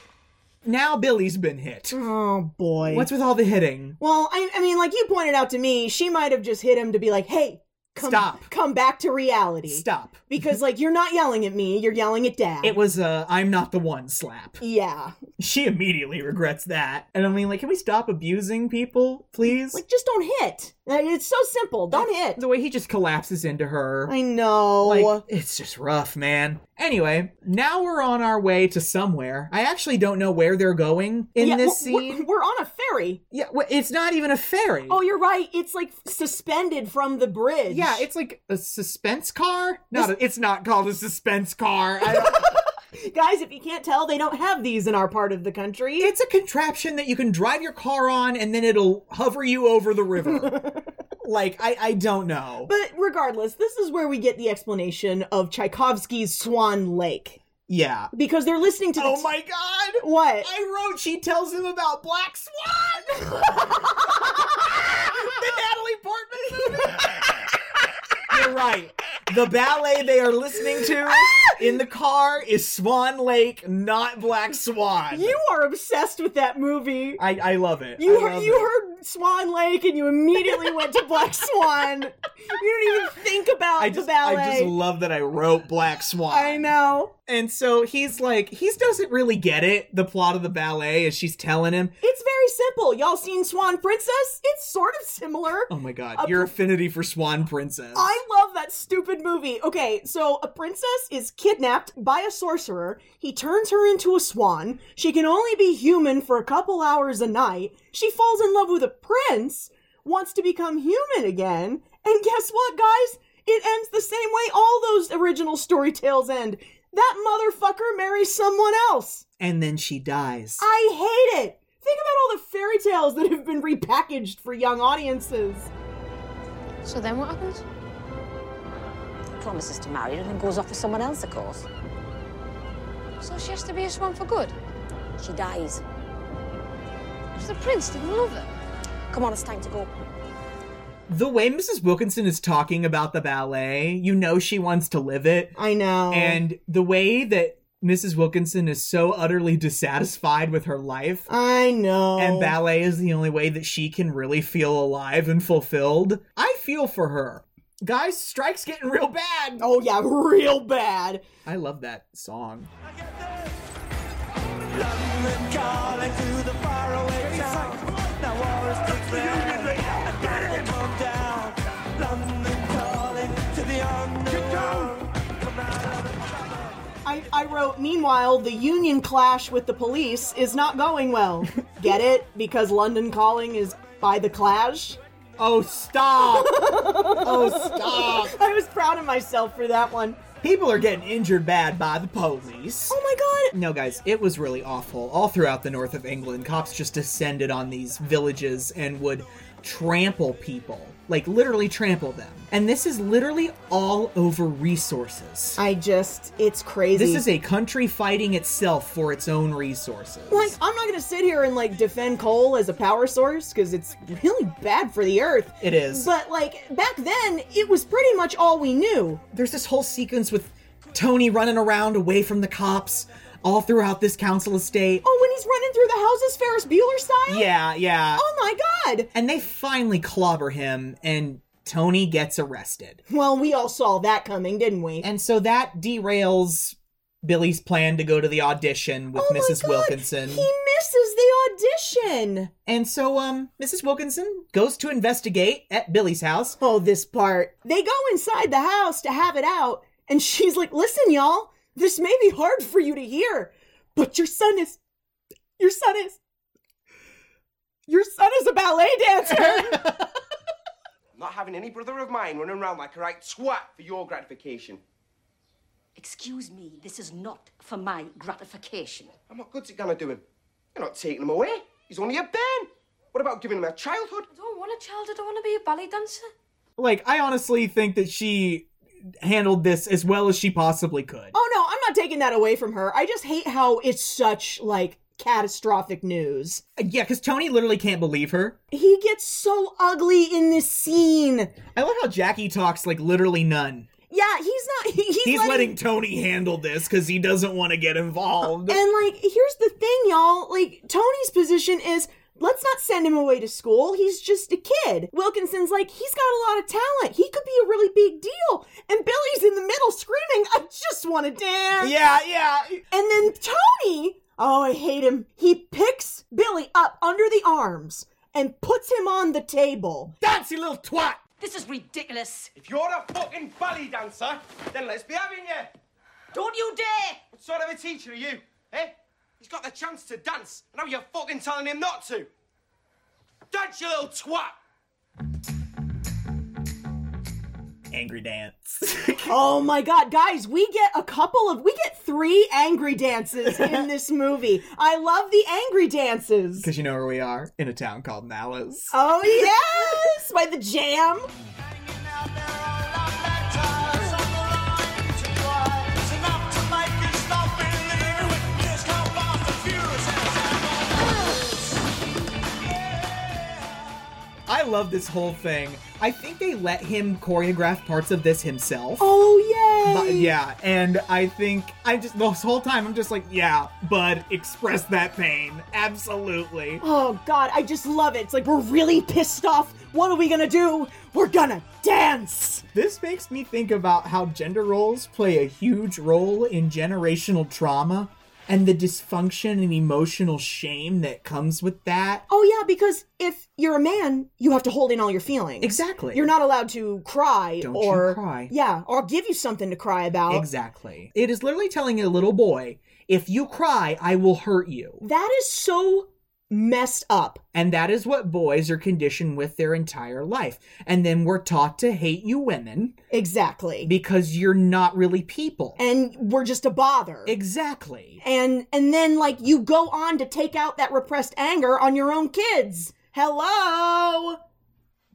Now Billy's been hit.
Oh boy.
What's with all the hitting?
well I, I mean like you pointed out to me she might have just hit him to be like hey come,
Stop.
come back to reality
Stop.
because like you're not yelling at me you're yelling at dad
It was a I'm not the one slap.
yeah
She immediately regrets that. And I mean like can we stop abusing people, please?
like just don't hit Like, it's so simple don't hit
the way he just collapses into her.
i know
Like, it's just rough, man. Anyway, now we're on our way to somewhere. I actually don't know where they're going in
Yeah,
this
we're- we're-
scene.
we're on a ferry
Yeah, well, it's not even a ferry.
oh you're right it's like suspended from the bridge
yeah, it's like a suspense car. Not a, it's not called a suspense car. I don't-
Guys, if you can't tell, they don't have these in our part of the country.
it's a contraption that you can drive your car on, and then it'll hover you over the river. like I, I don't know.
but regardless, this is where we get the explanation of Tchaikovsky's Swan Lake.
yeah.
Because they're listening to the
Oh my god!
What?
I wrote she tells him about Black Swan! the Natalie Portman movie! You're right. The ballet they are listening to in the car is Swan Lake, not Black Swan.
You are obsessed with that movie.
I, I love it.
You
I
heard,
love
you
it.
heard Swan Lake and you immediately went to Black Swan. you didn't even think about
I just,
the ballet.
I just love that I wrote Black Swan.
I know.
And so he's like, he doesn't really get it, the plot of the ballet, as she's telling him.
It's very simple. Y'all seen Swan Princess? It's sort of similar.
Oh my god,
A
your affinity for Swan Princess.
I love that stupid movie. Okay, so a princess is kidnapped by a sorcerer. He turns her into a swan. She can only be human for a couple hours a night. She falls in love with a prince, wants to become human again. And guess what, guys? It ends the same way all those original story tales end. That motherfucker marries someone else.
and then she dies.
I hate it. Think about all the fairy tales that have been repackaged for young audiences.
So then what happens? Promises to marry her and then goes off with someone else, of course.
So she has to be a swan for good.
She dies.
Because the prince didn't love her.
Come on, it's time to go.
the way Mrs. Wilkinson is talking about the ballet, you know she wants to live it.
I know.
And the way that Mrs. Wilkinson is so utterly dissatisfied with her life.
I know.
And ballet is the only way that she can really feel alive and fulfilled. I feel for her. Guys, strike's getting real bad.
Oh, yeah, real bad.
I love that song.
I, I wrote, meanwhile, the union clash with the police is not going well. Get it? Because London Calling is by the clash.
Oh, stop! oh, stop!
I was proud of myself for that one.
People are getting injured bad by the police.
Oh my god!
No, guys, it was really awful. All throughout the north of England, cops just descended on these villages and would trample people. Like, literally trample them. And this is literally all over resources.
I just, it's crazy.
This is a country fighting itself for its own resources.
Like, I'm not gonna sit here and, like, defend coal as a power source, because it's really bad for the earth.
It is.
But, like, back then, it was pretty much all we knew.
There's this whole sequence with Tony running around away from the cops all throughout this council estate.
Oh, when he's running through the houses, Ferris Bueller style?
Yeah, yeah.
Oh my god!
And they finally clobber him, and Tony gets arrested.
Well, we all saw that coming, didn't we?
And so that derails Billy's plan to go to the audition with
Oh my
Mrs.
God,
Wilkinson.
He misses the audition.
And so um Mrs. Wilkinson goes to investigate at Billy's house.
Oh, this part. They go inside the house to have it out, and she's like, "Listen, y'all, this may be hard for you to hear, but your son is, your son is, your son is a ballet dancer."
Not having any brother of mine running around like a right twat for your gratification.
Excuse me, this is not for my gratification.
And what good's it gonna do him? You're not taking him away. He's only a bairn. What about giving him a childhood?
I don't want Oh, a child. I don't want to be a ballet dancer.
Like I honestly think that she handled this as well as she possibly could.
oh no, I'm not taking that away from her. I just hate how it's such like catastrophic news.
Yeah, cuz Tony literally can't believe her.
He gets so ugly in this scene.
I love how Jackie talks like literally none.
Yeah, he's not. he- he's,
He's letting Tony handle this cuz he doesn't want to get involved.
And like, here's the thing, y'all. Like, Tony's position is let's not send him away to school. He's just a kid. Wilkinson's like, he's got a lot of talent. He could be a really big deal. And Billy's in the middle screaming, I just want to dance.
yeah, yeah.
And then Tony, oh, I hate him. He picks Billy up under the arms and puts him on the table.
That's your little twat.
This is ridiculous.
If you're a fucking ballet dancer, then let's be having you.
Don't you dare!
What sort of a teacher are you? Eh? He's got the chance to dance, and now you're fucking telling him not to. Dance, you little twat!
Angry dance.
Oh my god, guys, we get a couple of we get three angry dances in this movie. I love the angry dances.
Cuz you know where we are in a town called Malice.
Oh yes, by the jam.
I I love this whole thing. I think they let him choreograph parts of this himself.
Oh, yay!
But- yeah, and I think I just this whole time I'm just like, yeah, bud, express that pain. Absolutely.
Oh god, I just love it. It's like we're really pissed off. What are we gonna do? We're gonna dance!
This makes me think about how gender roles play a huge role in generational trauma and the dysfunction and emotional shame that comes with that.
Oh yeah, because if you're a man, you have to hold in all your feelings.
Exactly.
You're not allowed to cry
Don't you
or
cry.
Yeah, or I'll give you something to cry about.
Exactly. It is literally telling a little boy, if you cry, I will hurt you.
That is so messed up.
And that is what boys are conditioned with their entire life. And then we're taught to hate you women
Exactly.
because you're not really people.
and we're just a bother.
Exactly.
And and then like you go on to take out that repressed anger on your own kids. Hello.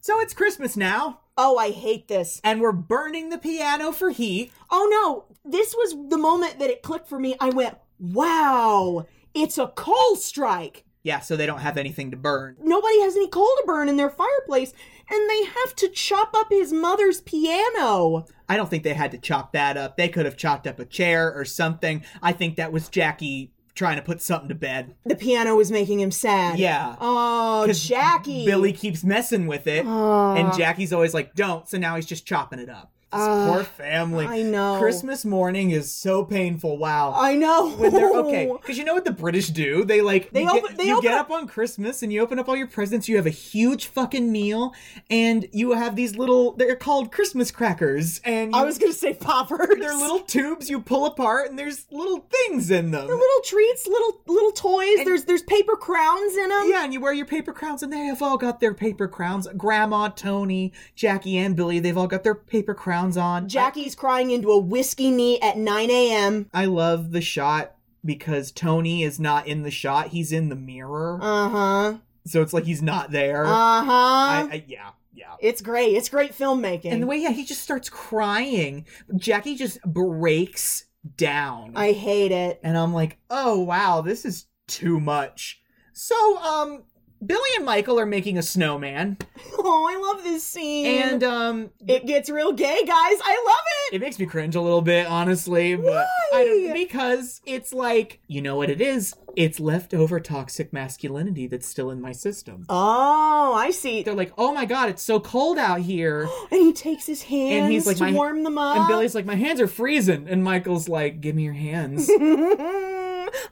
So it's Christmas now.
Oh, I hate this.
And we're burning the piano for heat.
Oh no, this was the moment that it clicked for me. I went, "Wow, it's a coal strike."
Yeah, so they don't have anything to burn.
Nobody has any coal to burn in their fireplace, and they have to chop up his mother's piano.
I don't think they had to chop that up. They could have chopped up a chair or something. I think that was Jackie trying to put something to bed.
The piano was making him sad.
Yeah.
Oh,
'Cause
Jackie.
Billy keeps messing with it,
Ah.
and Jackie's always like, "Don't." So now he's just chopping it up. This
Ah,
poor family.
I know.
Christmas morning is so painful. Wow.
I know.
when they're okay, because you know what the British do? They like
They
you
open-
get,
they
you
open
get
up-
up on Christmas and you open up all your presents. You have a huge fucking meal, and you have these little. They're called Christmas crackers, and you,
I was gonna say poppers.
they're little tubes you pull apart, and there's little things in them.
They're little treats, little little toys. there's there's paper crowns in them.
Yeah, and you wear your paper crowns, and they have all got their paper crowns. Grandma, Tony, Jackie, and Billy, they've all got their paper crowns on.
Jackie's crying into a whiskey knee at 9 a.m.
I love the shot because Tony is not in the shot, he's in the mirror.
Uh huh.
so it's like he's not there.
Uh huh.
I, I, yeah, yeah.
It's great. It's great filmmaking.
And the way yeah, he just starts crying. Jackie just breaks down.
I hate it.
and I'm like, oh wow, this is too much. So, um, Billy and Michael are making a snowman.
Oh, I love this scene.
And um
it gets real gay, guys. I love it.
it makes me cringe a little bit, honestly. But I don't, because it's like, you know what it is? It's leftover toxic masculinity that's still in my system.
Oh, I see.
They're like, oh my god, it's so cold out here.
And he takes his hands
and he's like,
to
my,
warm them up.
And Billy's like, my hands are freezing. And Michael's like, give me your hands.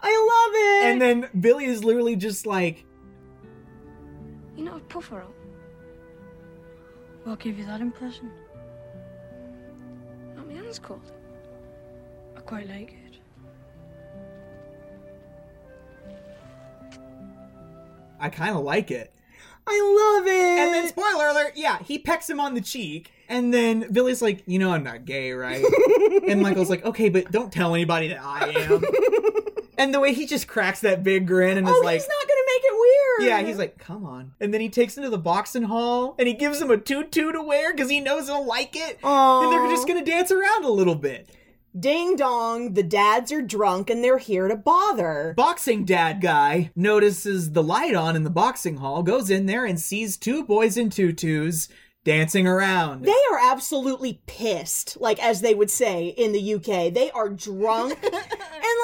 I love it.
and then Billy is literally just like,
You're not a puffer up.
What gave you that impression?
Not my hand's cold.
I quite like it.
I kind of like it.
I love it.
And then, spoiler alert, yeah, he pecks him on the cheek. And then Billy's like, you know, I'm not gay, right? and Michael's like, okay, but don't tell anybody that I am. and the way he just cracks that big grin and
oh,
is like,
he's not gonna make it weird.
yeah, he's like, come on. And then he takes him to the boxing hall and he gives him a tutu to wear because he knows he'll like it.
Aw.
And they're just going to dance around a little bit.
Ding dong, the dads are drunk and they're here to bother.
boxing dad guy notices the light on in the boxing hall, goes in there and sees two boys in tutus dancing around.
They are absolutely pissed, like as they would say in the UK. They are drunk. and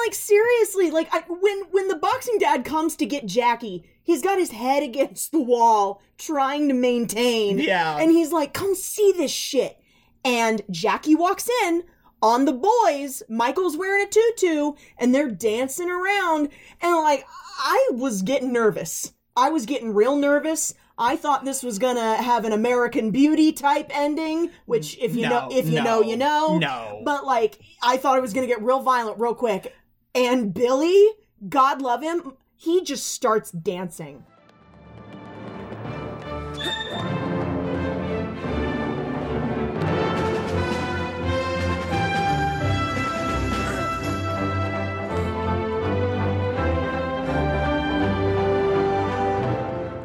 like seriously, like I, when when the boxing dad comes to get Jackie, he's got his head against the wall trying to maintain.
Yeah.
And he's like, "Come see this shit." And Jackie walks in on the boys. Michael's wearing a tutu and they're dancing around and like I was getting nervous. I was getting real nervous. I thought this was gonna have an American Beauty type ending, which if you know
No,
if you
no,
know you know.
no.
But like I thought it was gonna get real violent real quick. And Billy, God love him, he just starts dancing.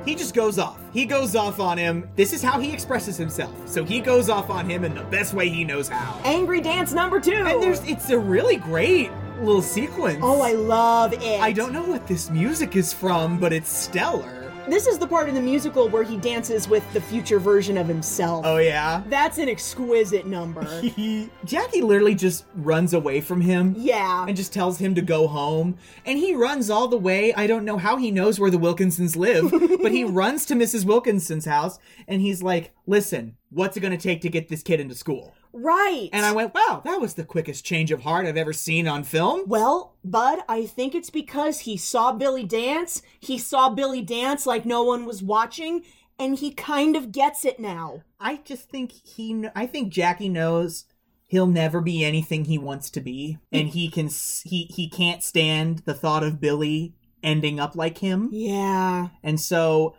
He just goes off. He goes off on him. This is how he expresses himself. So he goes off on him in the best way he knows how.
Angry dance number two.
And there's it's a really great little sequence.
Oh, I love it.
I don't know what this music is from, but it's stellar.
This is the part in the musical where he dances with the future version of himself.
Oh, yeah?
That's an exquisite number.
Jackie literally just runs away from him.
Yeah.
And just tells him to go home. And he runs all the way. I don't know how he knows where the Wilkinsons live, but he runs to Mrs. Wilkinson's house and he's like, listen, what's it going to take to get this kid into school?
Right.
And I went, wow, that was the quickest change of heart I've ever seen on film.
Well, Bud, I think it's because he saw Billy dance. He saw Billy dance like no one was watching, and he kind of gets it now.
I just think he, kn- I think Jackie knows he'll never be anything he wants to be, and he can, s- he he can't stand the thought of Billy ending up like him.
Yeah.
And so,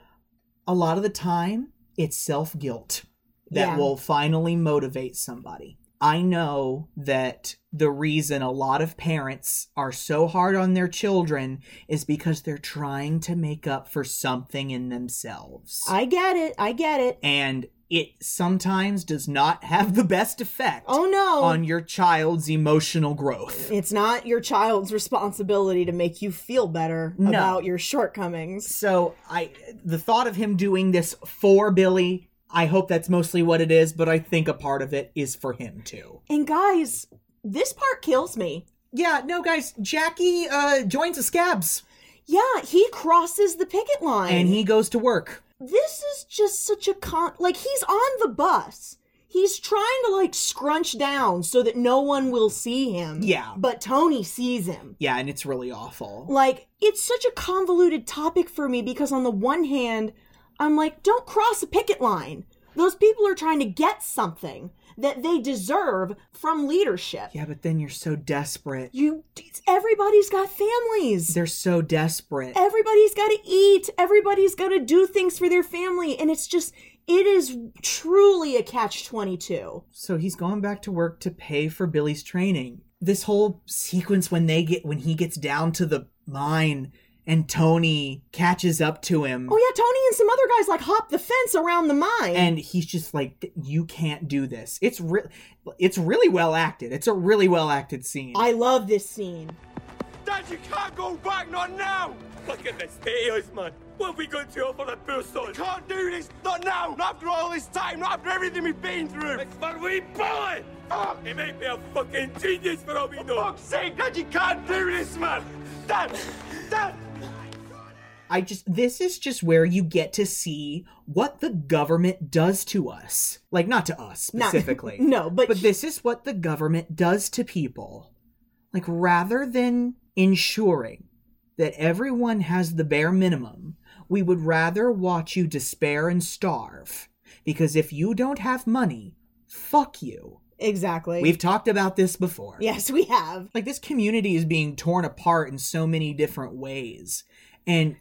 a lot of the time, it's self guilt that
Yeah.
will finally motivate somebody. I know that the reason a lot of parents are so hard on their children is because they're trying to make up for something in themselves.
I get it. I get it.
and it sometimes does not have the best effect
Oh, no.
on your child's emotional growth.
It's not your child's responsibility to make you feel better
No.
about your shortcomings.
So I the thought of him doing this for Billy, I hope that's mostly what it is, but I think a part of it is for him too.
And guys, this part kills me.
Yeah, no guys, Jackie uh joins the scabs.
Yeah, he crosses the picket line.
And he goes to work.
This is just such a con like he's on the bus. He's trying to like scrunch down so that no one will see him.
Yeah.
But Tony sees him.
Yeah, and it's really awful.
Like, it's such a convoluted topic for me because on the one hand, I'm like, don't cross a picket line. Those people are trying to get something that they deserve from leadership.
Yeah, but then you're so desperate.
You everybody's got families.
They're so desperate.
Everybody's got to eat. Everybody's got to do things for their family. And it's just, it is truly a catch 22.
So he's going back to work to pay for Billy's training. This whole sequence when they get when he gets down to the mine and Tony catches up to him.
Oh, yeah, Tony and some other guys like hop the fence around the mine.
and he's just like you can't do this it's re- it's really well acted it's a really well acted scene
I love this scene.
Dad, you can't go back, not now! Look at the status, man. What have we got to offer the poor son? Can't do this, not now, not after all this time, not after everything we've been through. It's for we bullet! Fuck! It make me a fucking genius for all we know. For fuck's sake, Dad, you can't do this, man! Dad! Dad!
i just this is just where you get to see what the government does to us like not to us
Not-
specifically
no, but
this is what the government does to people like rather than ensuring that everyone has the bare minimum we would rather watch you despair and starve because if you don't have money fuck you
Exactly.
We've talked about this before.
Yes, we have.
Like this community is being torn apart in so many different ways. And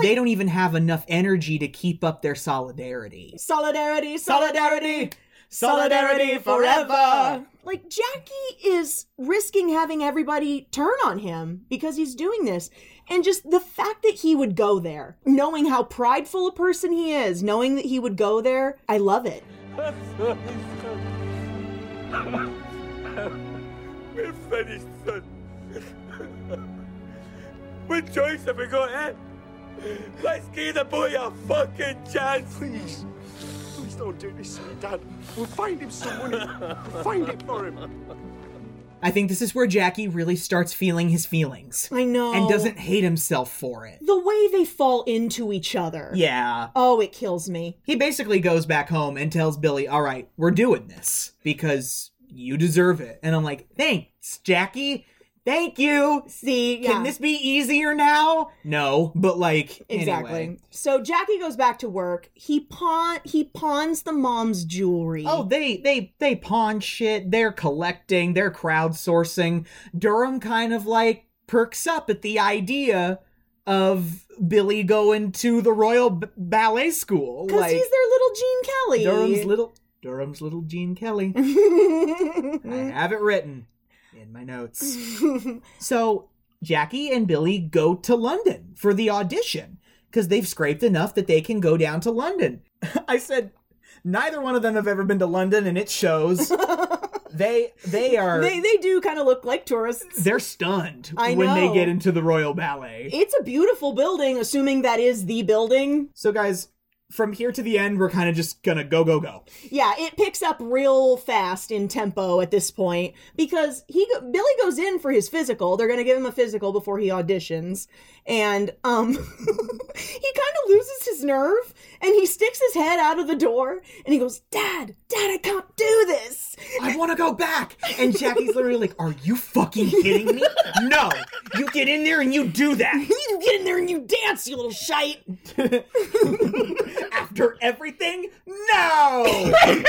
they don't even have enough energy to keep up their solidarity.
Solidarity, solidarity, solidarity forever. Like, Jackie is risking having everybody turn on him because he's doing this. And just the fact that he would go there, knowing how prideful a person he is, knowing that he would go there, I love it.
We're finished, son. what choice have we got, eh? Let's give the boy a fucking chance. Please. Please don't do this to me, Dad. We'll find him someone. We'll find it for him.
I think this is where Jackie really starts feeling his feelings.
I know.
And doesn't hate himself for it.
The way they fall into each other.
Yeah.
Oh, it kills me.
He basically goes back home and tells Billy, All right, we're doing this because you deserve it. And I'm like, Thanks, Jackie. Thank you.
See, yeah.
Can this be easier now? No, but like,
Exactly.
anyway.
So Jackie goes back to work. He pawn he pawns the mom's jewelry.
Oh, they they they pawn shit. They're collecting. They're crowdsourcing. Durham kind of like perks up at the idea of Billy going to the Royal B- Ballet School.
because
like,
he's their little Gene Kelly.
Durham's little Durham's little Gene Kelly. I
Mm.
have it written in my notes. so Jackie and Billy go to London for the audition because they've scraped enough that they can go down to London. I said, neither one of them have ever been to London, and it shows. They they are
They they do kind of look like tourists.
they're stunned
I
when they
know.
get into the Royal Ballet.
It's a beautiful building, assuming that is the building.
So guys, from here to the end, we're kind of just gonna go go go.
Yeah, it picks up real fast in tempo at this point because he go- Billy goes in for his physical. They're going to give him a physical before he auditions, and um, he kind of loses his nerve and he sticks his head out of the door and he goes, "Dad, Dad, I can't do this.
I want to go back." And Jackie's literally like, "Are you fucking kidding me? No, you get in there and you do that."
You get in there and you dance, you little shite."
after everything? No!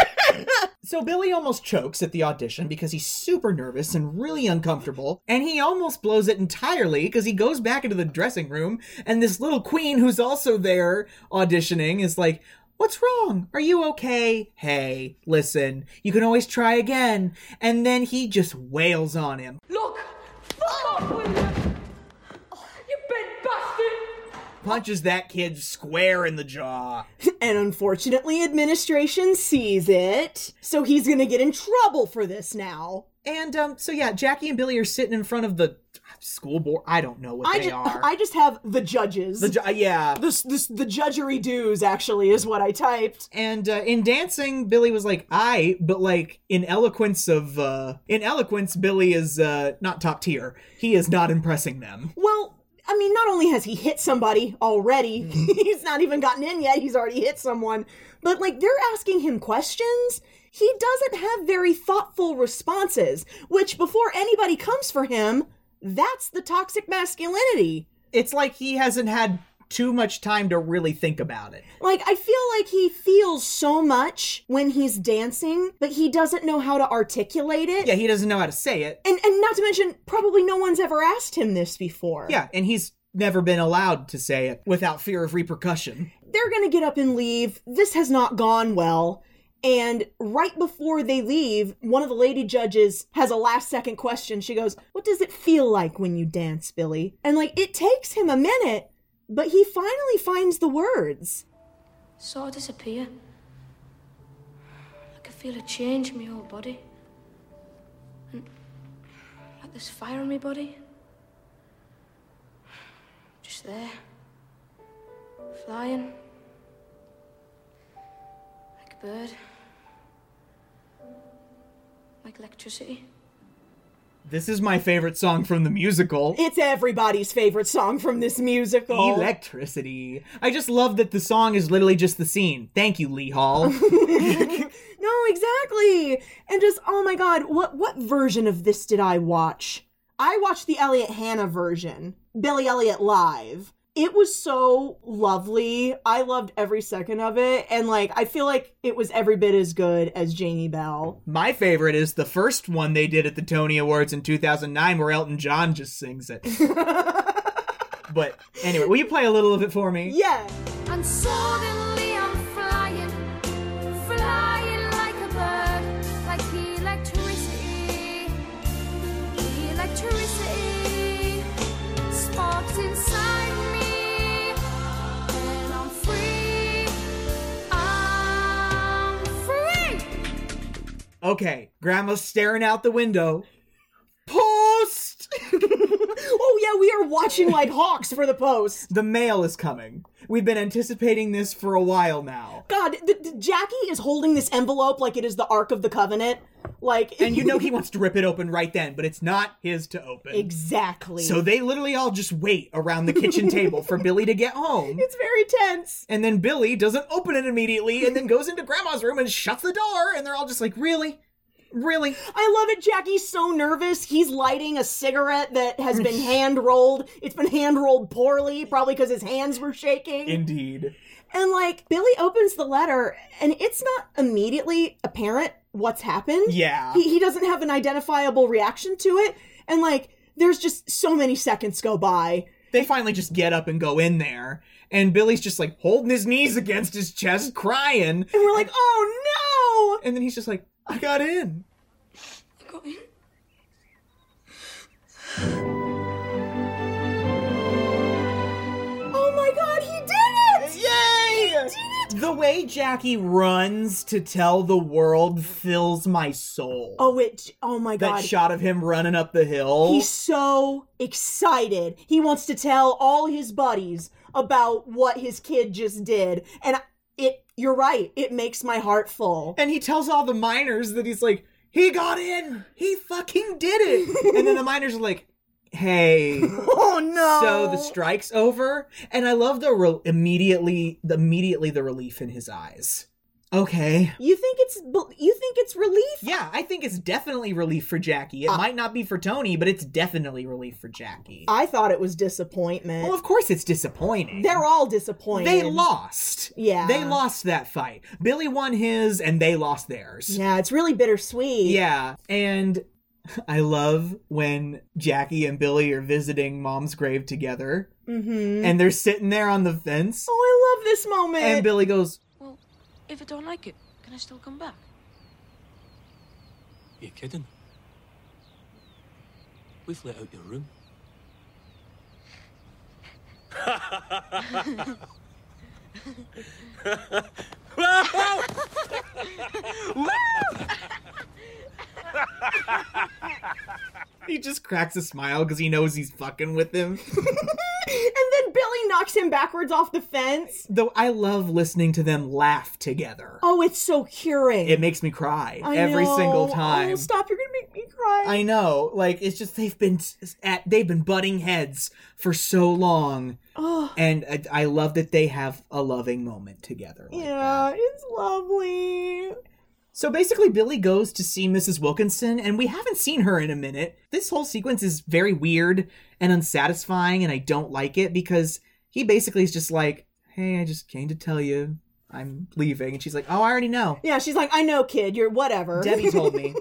so Billy almost chokes at the audition because he's super nervous and really uncomfortable, and he almost blows it entirely because he goes back into the dressing room, and this little queen who's also there auditioning is like, What's wrong? Are you okay? Hey, listen, you can always try again. And then he just wails on him.
Look! Fuck off, William! Oh, You big bastard!
Punches that kid square in the jaw.
and unfortunately, administration sees it, so he's going to get in trouble for this now.
And um, so yeah, Jackie and Billy are sitting in front of the school board. I don't know what
I
they
just,
are.
I just have the judges.
The ju- uh, yeah.
This, this, the judgery dues actually is what I typed.
and uh, in dancing, Billy was like I, but like in eloquence of uh, in eloquence, Billy is uh, not top tier. He is not impressing them.
Well, I mean, not only has he hit somebody already, he's not even gotten in yet, he's already hit someone, but like they're asking him questions. He doesn't have very thoughtful responses, which before anybody comes for him, that's the toxic masculinity.
It's like he hasn't had too much time to really think about it.
Like, I feel like he feels so much when he's dancing, but he doesn't know how to articulate it.
Yeah, he doesn't know how to say it.
And, and not to mention, probably no one's ever asked him this before.
Yeah, and he's never been allowed to say it without fear of repercussion.
They're gonna get up and leave. This has not gone well. And right before they leave, one of the lady judges has a last second question. She goes, What does it feel like when you dance, Billy? And like, it takes him a minute, but he finally finds the words.
Sort of disappear. I could feel a change in my whole body. And like there's fire in my body. Just there. Flying. Like a bird. Like electricity.
This is my favorite song from the musical.
It's everybody's favorite song from this musical.
Electricity. I just love that the song is literally just the scene. Thank you, Lee Hall.
No, exactly. And just oh my god, what what version of this did I watch? I watched the Elliot Hanna version, Billy Elliot live. It was so lovely. I loved every second of it and like I feel like it was every bit as good as Jamie Bell.
My favorite is the first one they did at the Tony Awards in 2009 where Elton John just sings it. but anyway, will you play a little of it for me?
Yeah.
And suddenly I'm flying, flying like a bird, like electricity, electricity, sparks inside me, and I'm free, I'm free.
Okay, Grandma's staring out the window. Post!
oh yeah, we are watching like hawks for the post.
The mail is coming. We've been anticipating this for a while now.
God, the, the- Jackie is holding this envelope like it is the Ark of the Covenant. Like
And you know he wants to rip it open right then, but it's not his to open.
Exactly.
So they literally all just wait around the kitchen table for Billy to get home.
It's very tense.
And then Billy doesn't open it immediately and then goes into grandma's room and shuts the door. And they're all just like, really? Really?
I love it. Jackie's so nervous. He's lighting a cigarette that has been hand rolled. It's been hand rolled poorly, probably because his hands were shaking.
Indeed.
and like, Billy opens the letter, and it's not immediately apparent what's happened.
Yeah.
He, he doesn't have an identifiable reaction to it. And like, there's just so many seconds go by.
They finally just get up and go in there. And Billy's just like holding his knees against his chest, crying.
And we're like, oh
And then he's just like, I got in.
no! Oh my god, he did it! Oh
Yay!
He did it!
The way Jackie runs to tell the world fills my soul.
Oh, it. Oh my
that
god.
shot of him running up the hill.
He's so excited. He wants to tell all his buddies about what his kid just did. And it you're right. It makes my heart full.
And he tells all the miners that he's like, he got in. He fucking did it. and then the miners are like, hey.
Oh no.
So the strike's over, and I love the re- immediately, the, immediately the relief in his eyes. Okay,
You think it's you think it's relief?
Yeah, I think it's definitely relief for Jackie. It
Uh,
might not be for Tony, but it's definitely relief for Jackie.
I thought it was disappointment.
Well, of course it's disappointing.
They're all disappointed.
They lost.
Yeah.
They lost that fight. Billy won his and they lost theirs.
Yeah, it's really bittersweet.
Yeah. And I love when Jackie and Billy are visiting mom's grave together
Mm-hmm.
and they're sitting there on the fence
Oh, I love this moment.
and Billy goes,
Well, if I don't like it, can I still come back?
You kidding? We've let out your room.
he just cracks a smile because he knows he's fucking with him.
and then Billy knocks him backwards off the fence.
Though I love listening to them laugh together.
Oh, it's so curing.
It makes me cry
I
every single
know.
time.
Oh, stop! You're gonna make me cry.
I know. Like it's just they've been s- at they've been butting heads for so long,
Oh,
and I, I love that they have a loving moment together.
yeah, it's lovely.
So basically, Billy goes to see Mrs. Wilkinson, and we haven't seen her in a minute. This whole sequence is very weird and unsatisfying, and I don't like it because he basically is just like, "Hey, I just came to tell you I'm leaving," and she's like, "Oh, I already know.
Yeah, she's like, I know, kid. You're whatever.
Debbie told me.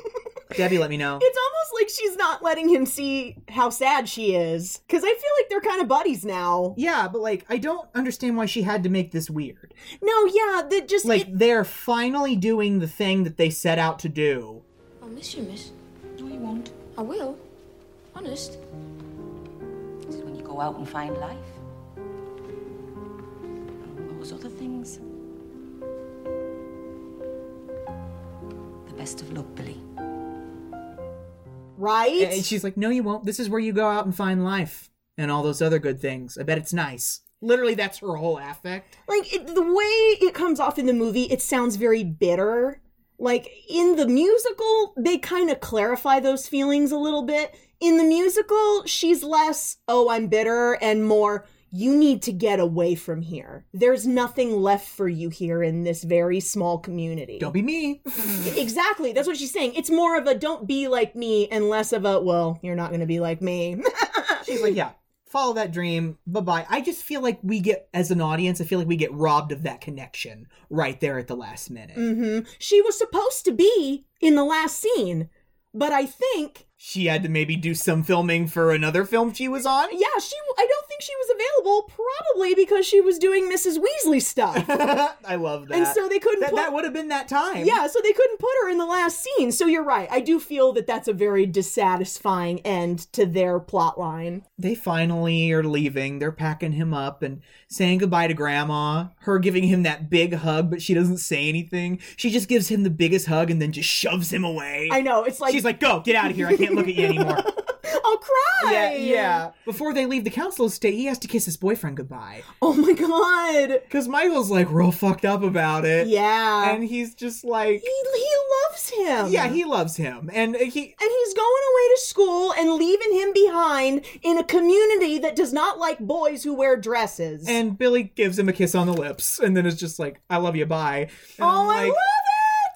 Debbie let me know."
It's almost like she's not letting him see how sad she is. Because I feel like they're kind of buddies now.
Yeah, but like I don't understand why she had to make this weird.
No, yeah, that just.
like
it-
they're finally doing the thing that they set out to do.
I'll miss you, miss.
No, you won't.
I will. Honest.
This is when you go out and find life. And those other things. The best of luck, Billy.
right?
And she's like, "No, you won't. This is where you go out and find life and all those other good things. I bet it's nice." Literally, that's her whole affect.
like it, the way it comes off in the movie it sounds very bitter like in the musical they kind of clarify those feelings a little bit in the musical she's less oh i'm bitter and more you need to get away from here there's nothing left for you here in this very small community
Don't be me.
exactly that's what she's saying it's more of a don't be like me and less of a well you're not going to be like me
She's like, "Yeah, follow that dream. Bye bye." I just feel like we get, as an audience, I feel like we get robbed of that connection right there at the last minute.
hmm She was supposed to be in the last scene, but I think,
She had to maybe do some filming for another film she was on.
yeah, she. I don't think she was available, probably because she was doing Mrs. Weasley stuff.
I love that.
And so they couldn't
That,
put-
that would have been that time.
yeah, so they couldn't put her in the last scene. So you're right. I do feel that that's a very dissatisfying end to their plot line.
they finally are leaving. They're packing him up and saying goodbye to grandma. Her giving him that big hug, but she doesn't say anything. She just gives him the biggest hug and then just shoves him away.
I know it's like
She's like, go, get out of here. I can't look at you anymore.
I'll cry.
Before they leave the council estate, he has to kiss his boyfriend goodbye.
Oh my god.
Because Michael's like real fucked up about it.
Yeah.
And he's just like,
he he loves him.
yeah, he loves him. And he,
and he's going away to school and leaving him behind in a community that does not like boys who wear dresses.
and Billy gives him a kiss on the lips and then is just like, I love you, bye. And
oh,
I'm
I
like,
love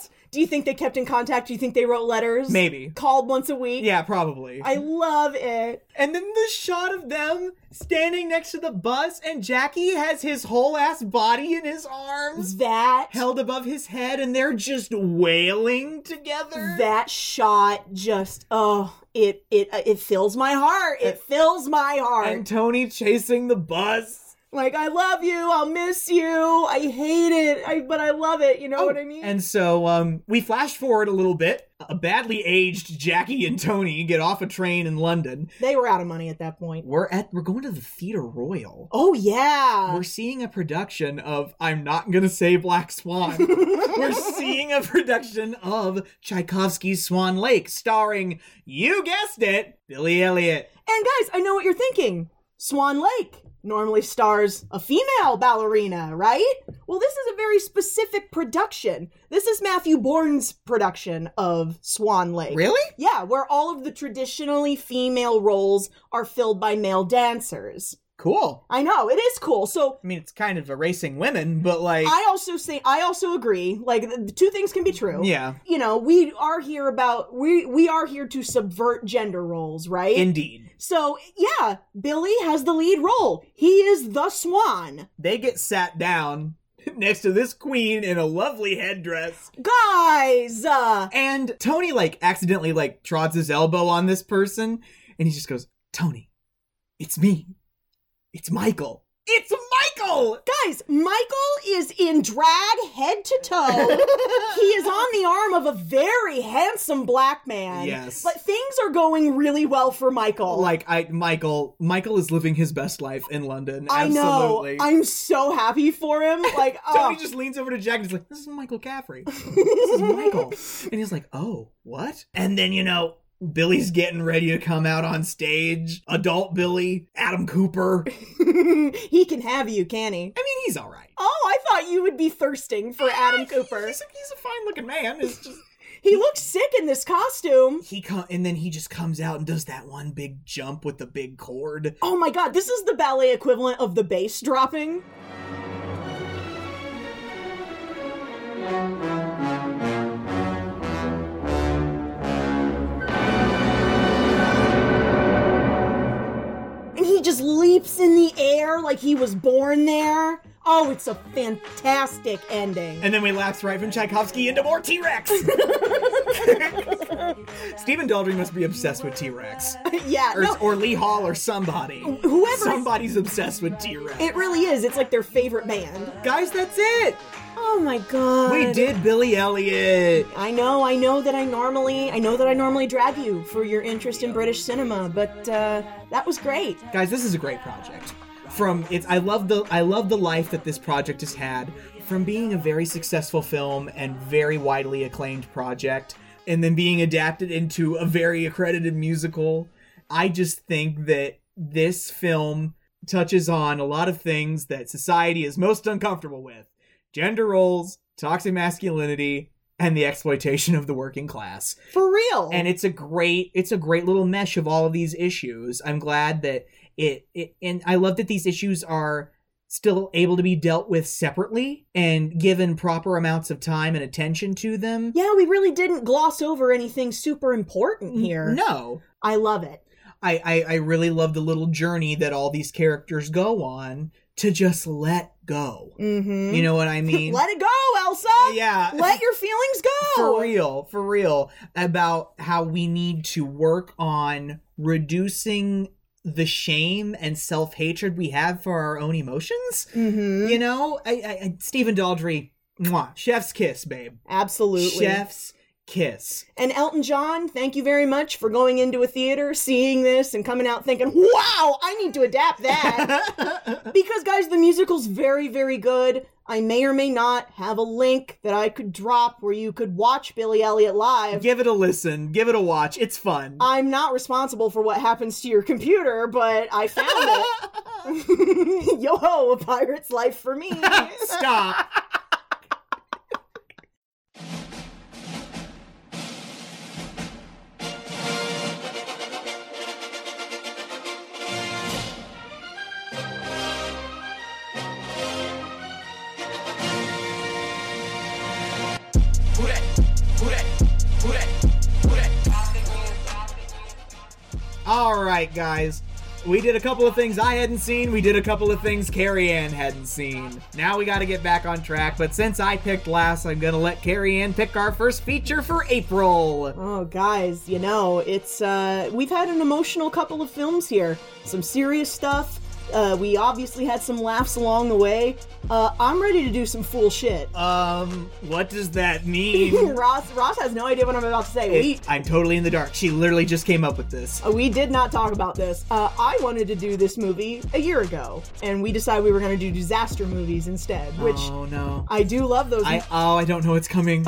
it! Do you think they kept in contact? Do you think they wrote letters?
Maybe.
Called once a week?
Yeah, probably.
I love it.
And then the shot of them standing next to the bus, and Jackie has his whole ass body in his arms,
That
held above his head, and they're just wailing together.
that shot just oh
Uh,
it it it fills my heart. It fills my heart.
and Tony chasing the bus.
Like, I love you. I'll miss you. I hate it, I, but I love it. You know what I mean?
Oh, And so um, we flash forward a little bit. A badly aged Jackie and Tony get off a train in London.
They were out of money at that point.
We're at we're going to the Theatre Royal.
Oh yeah.
We're seeing a production of I'm not gonna say Black Swan. we're seeing a production of Tchaikovsky's Swan Lake, starring you guessed it, Billy Elliot.
And guys, I know what you're thinking. Swan Lake normally stars a female ballerina, right? Well, this is a very specific production. This is Matthew Bourne's production of Swan Lake.
Really?
Yeah, where all of the traditionally female roles are filled by male dancers.
Cool.
I know, it is cool. So
I mean, it's kind of erasing women, but like
I also say I also agree. Like the the two things can be true.
Yeah.
You know, we are here about we we are here to subvert gender roles, right?
Indeed.
So yeah, Billy has the lead role. He is the swan.
They get sat down next to this queen in a lovely headdress.
Guys, uh,
And Tony like accidentally like trods his elbow on this person and he just goes, "Tony, it's me. It's Michael." It's Michael.
Guys, Michael is in drag head to toe. he is on the arm of a very handsome black man.
Yes.
But things are going really well for Michael.
Like I Michael Michael is living his best life in London.
I know.
Absolutely.
I'm so happy for him. Like,
Tony
oh.
just leans over to Jack and he's like, "This is Michael Caffrey. this is Michael." And he's like, "Oh, what?" And then you know, Billy's getting ready to come out on stage. Adult Billy, Adam Cooper.
he can have you, can he?
I mean, he's all right.
Oh, I thought you would be thirsting for Adam Cooper.
He's a, he's a fine-looking man. It's just
he looks sick in this costume.
he come and then he just comes out and does that one big jump with the big cord.
Oh my god, this is the ballet equivalent of the bass dropping. And he just leaps in the air like he was born there. Oh, it's a fantastic ending.
And then we lapse right from Tchaikovsky into more T-Rex. Stephen Daldry must be obsessed with T-Rex.
yeah,
Or,
no,
or Lee Hall or somebody.
Whoever is-
Somebody's obsessed with T-Rex.
it really is. It's like their favorite band.
Guys, that's it.
Oh my god.
We did Billy Elliot.
I know, I know that I normally, I know that I normally drag you for your interest in British cinema, but uh, that was great.
Guys, this is a great project. From it's I love the I love the life that this project has had from being a very successful film and very widely acclaimed project and then being adapted into a very accredited musical. I just think that this film touches on a lot of things that society is most uncomfortable with. Gender roles, toxic masculinity, and the exploitation of the working class.
For real.
and it's a great it's a great little mesh of all of these issues i'm glad that it, it and i love that these issues are still able to be dealt with separately and given proper amounts of time and attention to them
yeah, we really didn't gloss over anything super important here.
no
I love it.
I, I i really love the little journey that all these characters go on to just let go
Mm-hmm.
you know what i mean
Let it go, Elsa.
yeah
Let your feelings go.
for real, for real, about how we need to work on reducing the shame and self hatred we have for our own emotions.
Mm-hmm.
You know, I, I, I, Stephen Daldry, mwah, chef's kiss, babe.
Absolutely.
Chef's kiss.
And Elton John, thank you very much for going into a theater, seeing this, and coming out thinking, wow, I need to adapt that. because, guys, the musical's very, very good. I may or may not have a link that I could drop where you could watch Billy Elliot live.
Give it a listen. Give it a watch. It's fun.
I'm not responsible for what happens to your computer, but I found it. Yo, ho, a pirate's life for me.
Stop.
Who that? Who that? Who that? Who that?
All right, guys. We did a couple of things I hadn't seen. We did a couple of things Carrie Ann hadn't seen. Now we got to get back on track. But since I picked last, I'm going to let Carrie Ann pick our first feature for April.
Oh, guys, you know, it's, uh, we've had an emotional couple of films here. Some serious stuff, Uh, we obviously had some laughs along the way. Uh, I'm ready to do some fool shit.
Um, what does that mean?
Ross Ross has no idea what I'm about to say. we
It- I'm totally in the dark. She literally just came up with this.
Uh, We did not talk about this. Uh, I wanted to do this movie a year ago, and we decided we were going to do disaster movies instead, which
oh no.
I do love those.
I oh I don't know what's coming.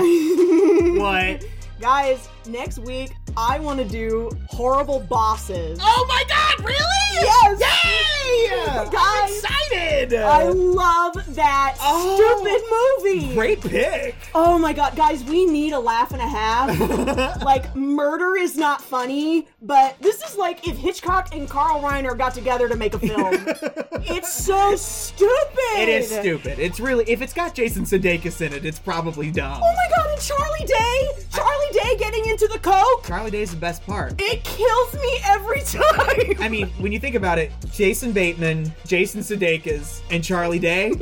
what?
Guys, next week I want to do horrible bosses. Oh my god, really? Yes! Yay! Guys, I'm
excited!
I love that stupid movie.
Oh. Great pick.
Oh my god, guys, we need a laugh and a half. like murder is not funny, but this is like if Hitchcock and Carl Reiner got together to make a film. it's so stupid.
It is stupid. It's really if it's got Jason Sudeikis in it, it's probably dumb.
Oh my god, and Charlie Day! Charlie Day getting into the coke!
Charlie Day's the best part.
It kills me every time!
I mean, when you think about it, Jason Bateman, Jason Sudeikis, and Charlie Day,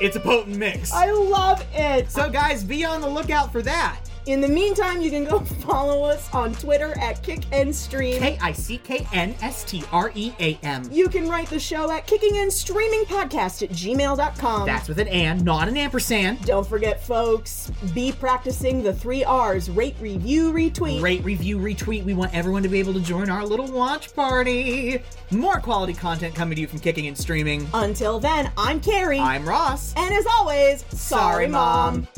it's a potent mix.
I love it.
So, guys, be on the lookout for that.
In the meantime, you can go follow us on Twitter at Kick and Stream.
K I C K N S T R E A M.
You can write the show at kicking and streaming podcast at gmail.com.
That's with an and, not an ampersand.
Don't forget, folks, be practicing the three R's rate, review, retweet.
Rate, review, retweet. We want everyone to be able to join our little watch party. More quality content coming to you from kicking and streaming.
Until then, I'm Carrie.
I'm Ross.
and as always, sorry,
Sorry,
Mom.
Mom.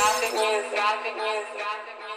Gossip news, gossip news, gossip news.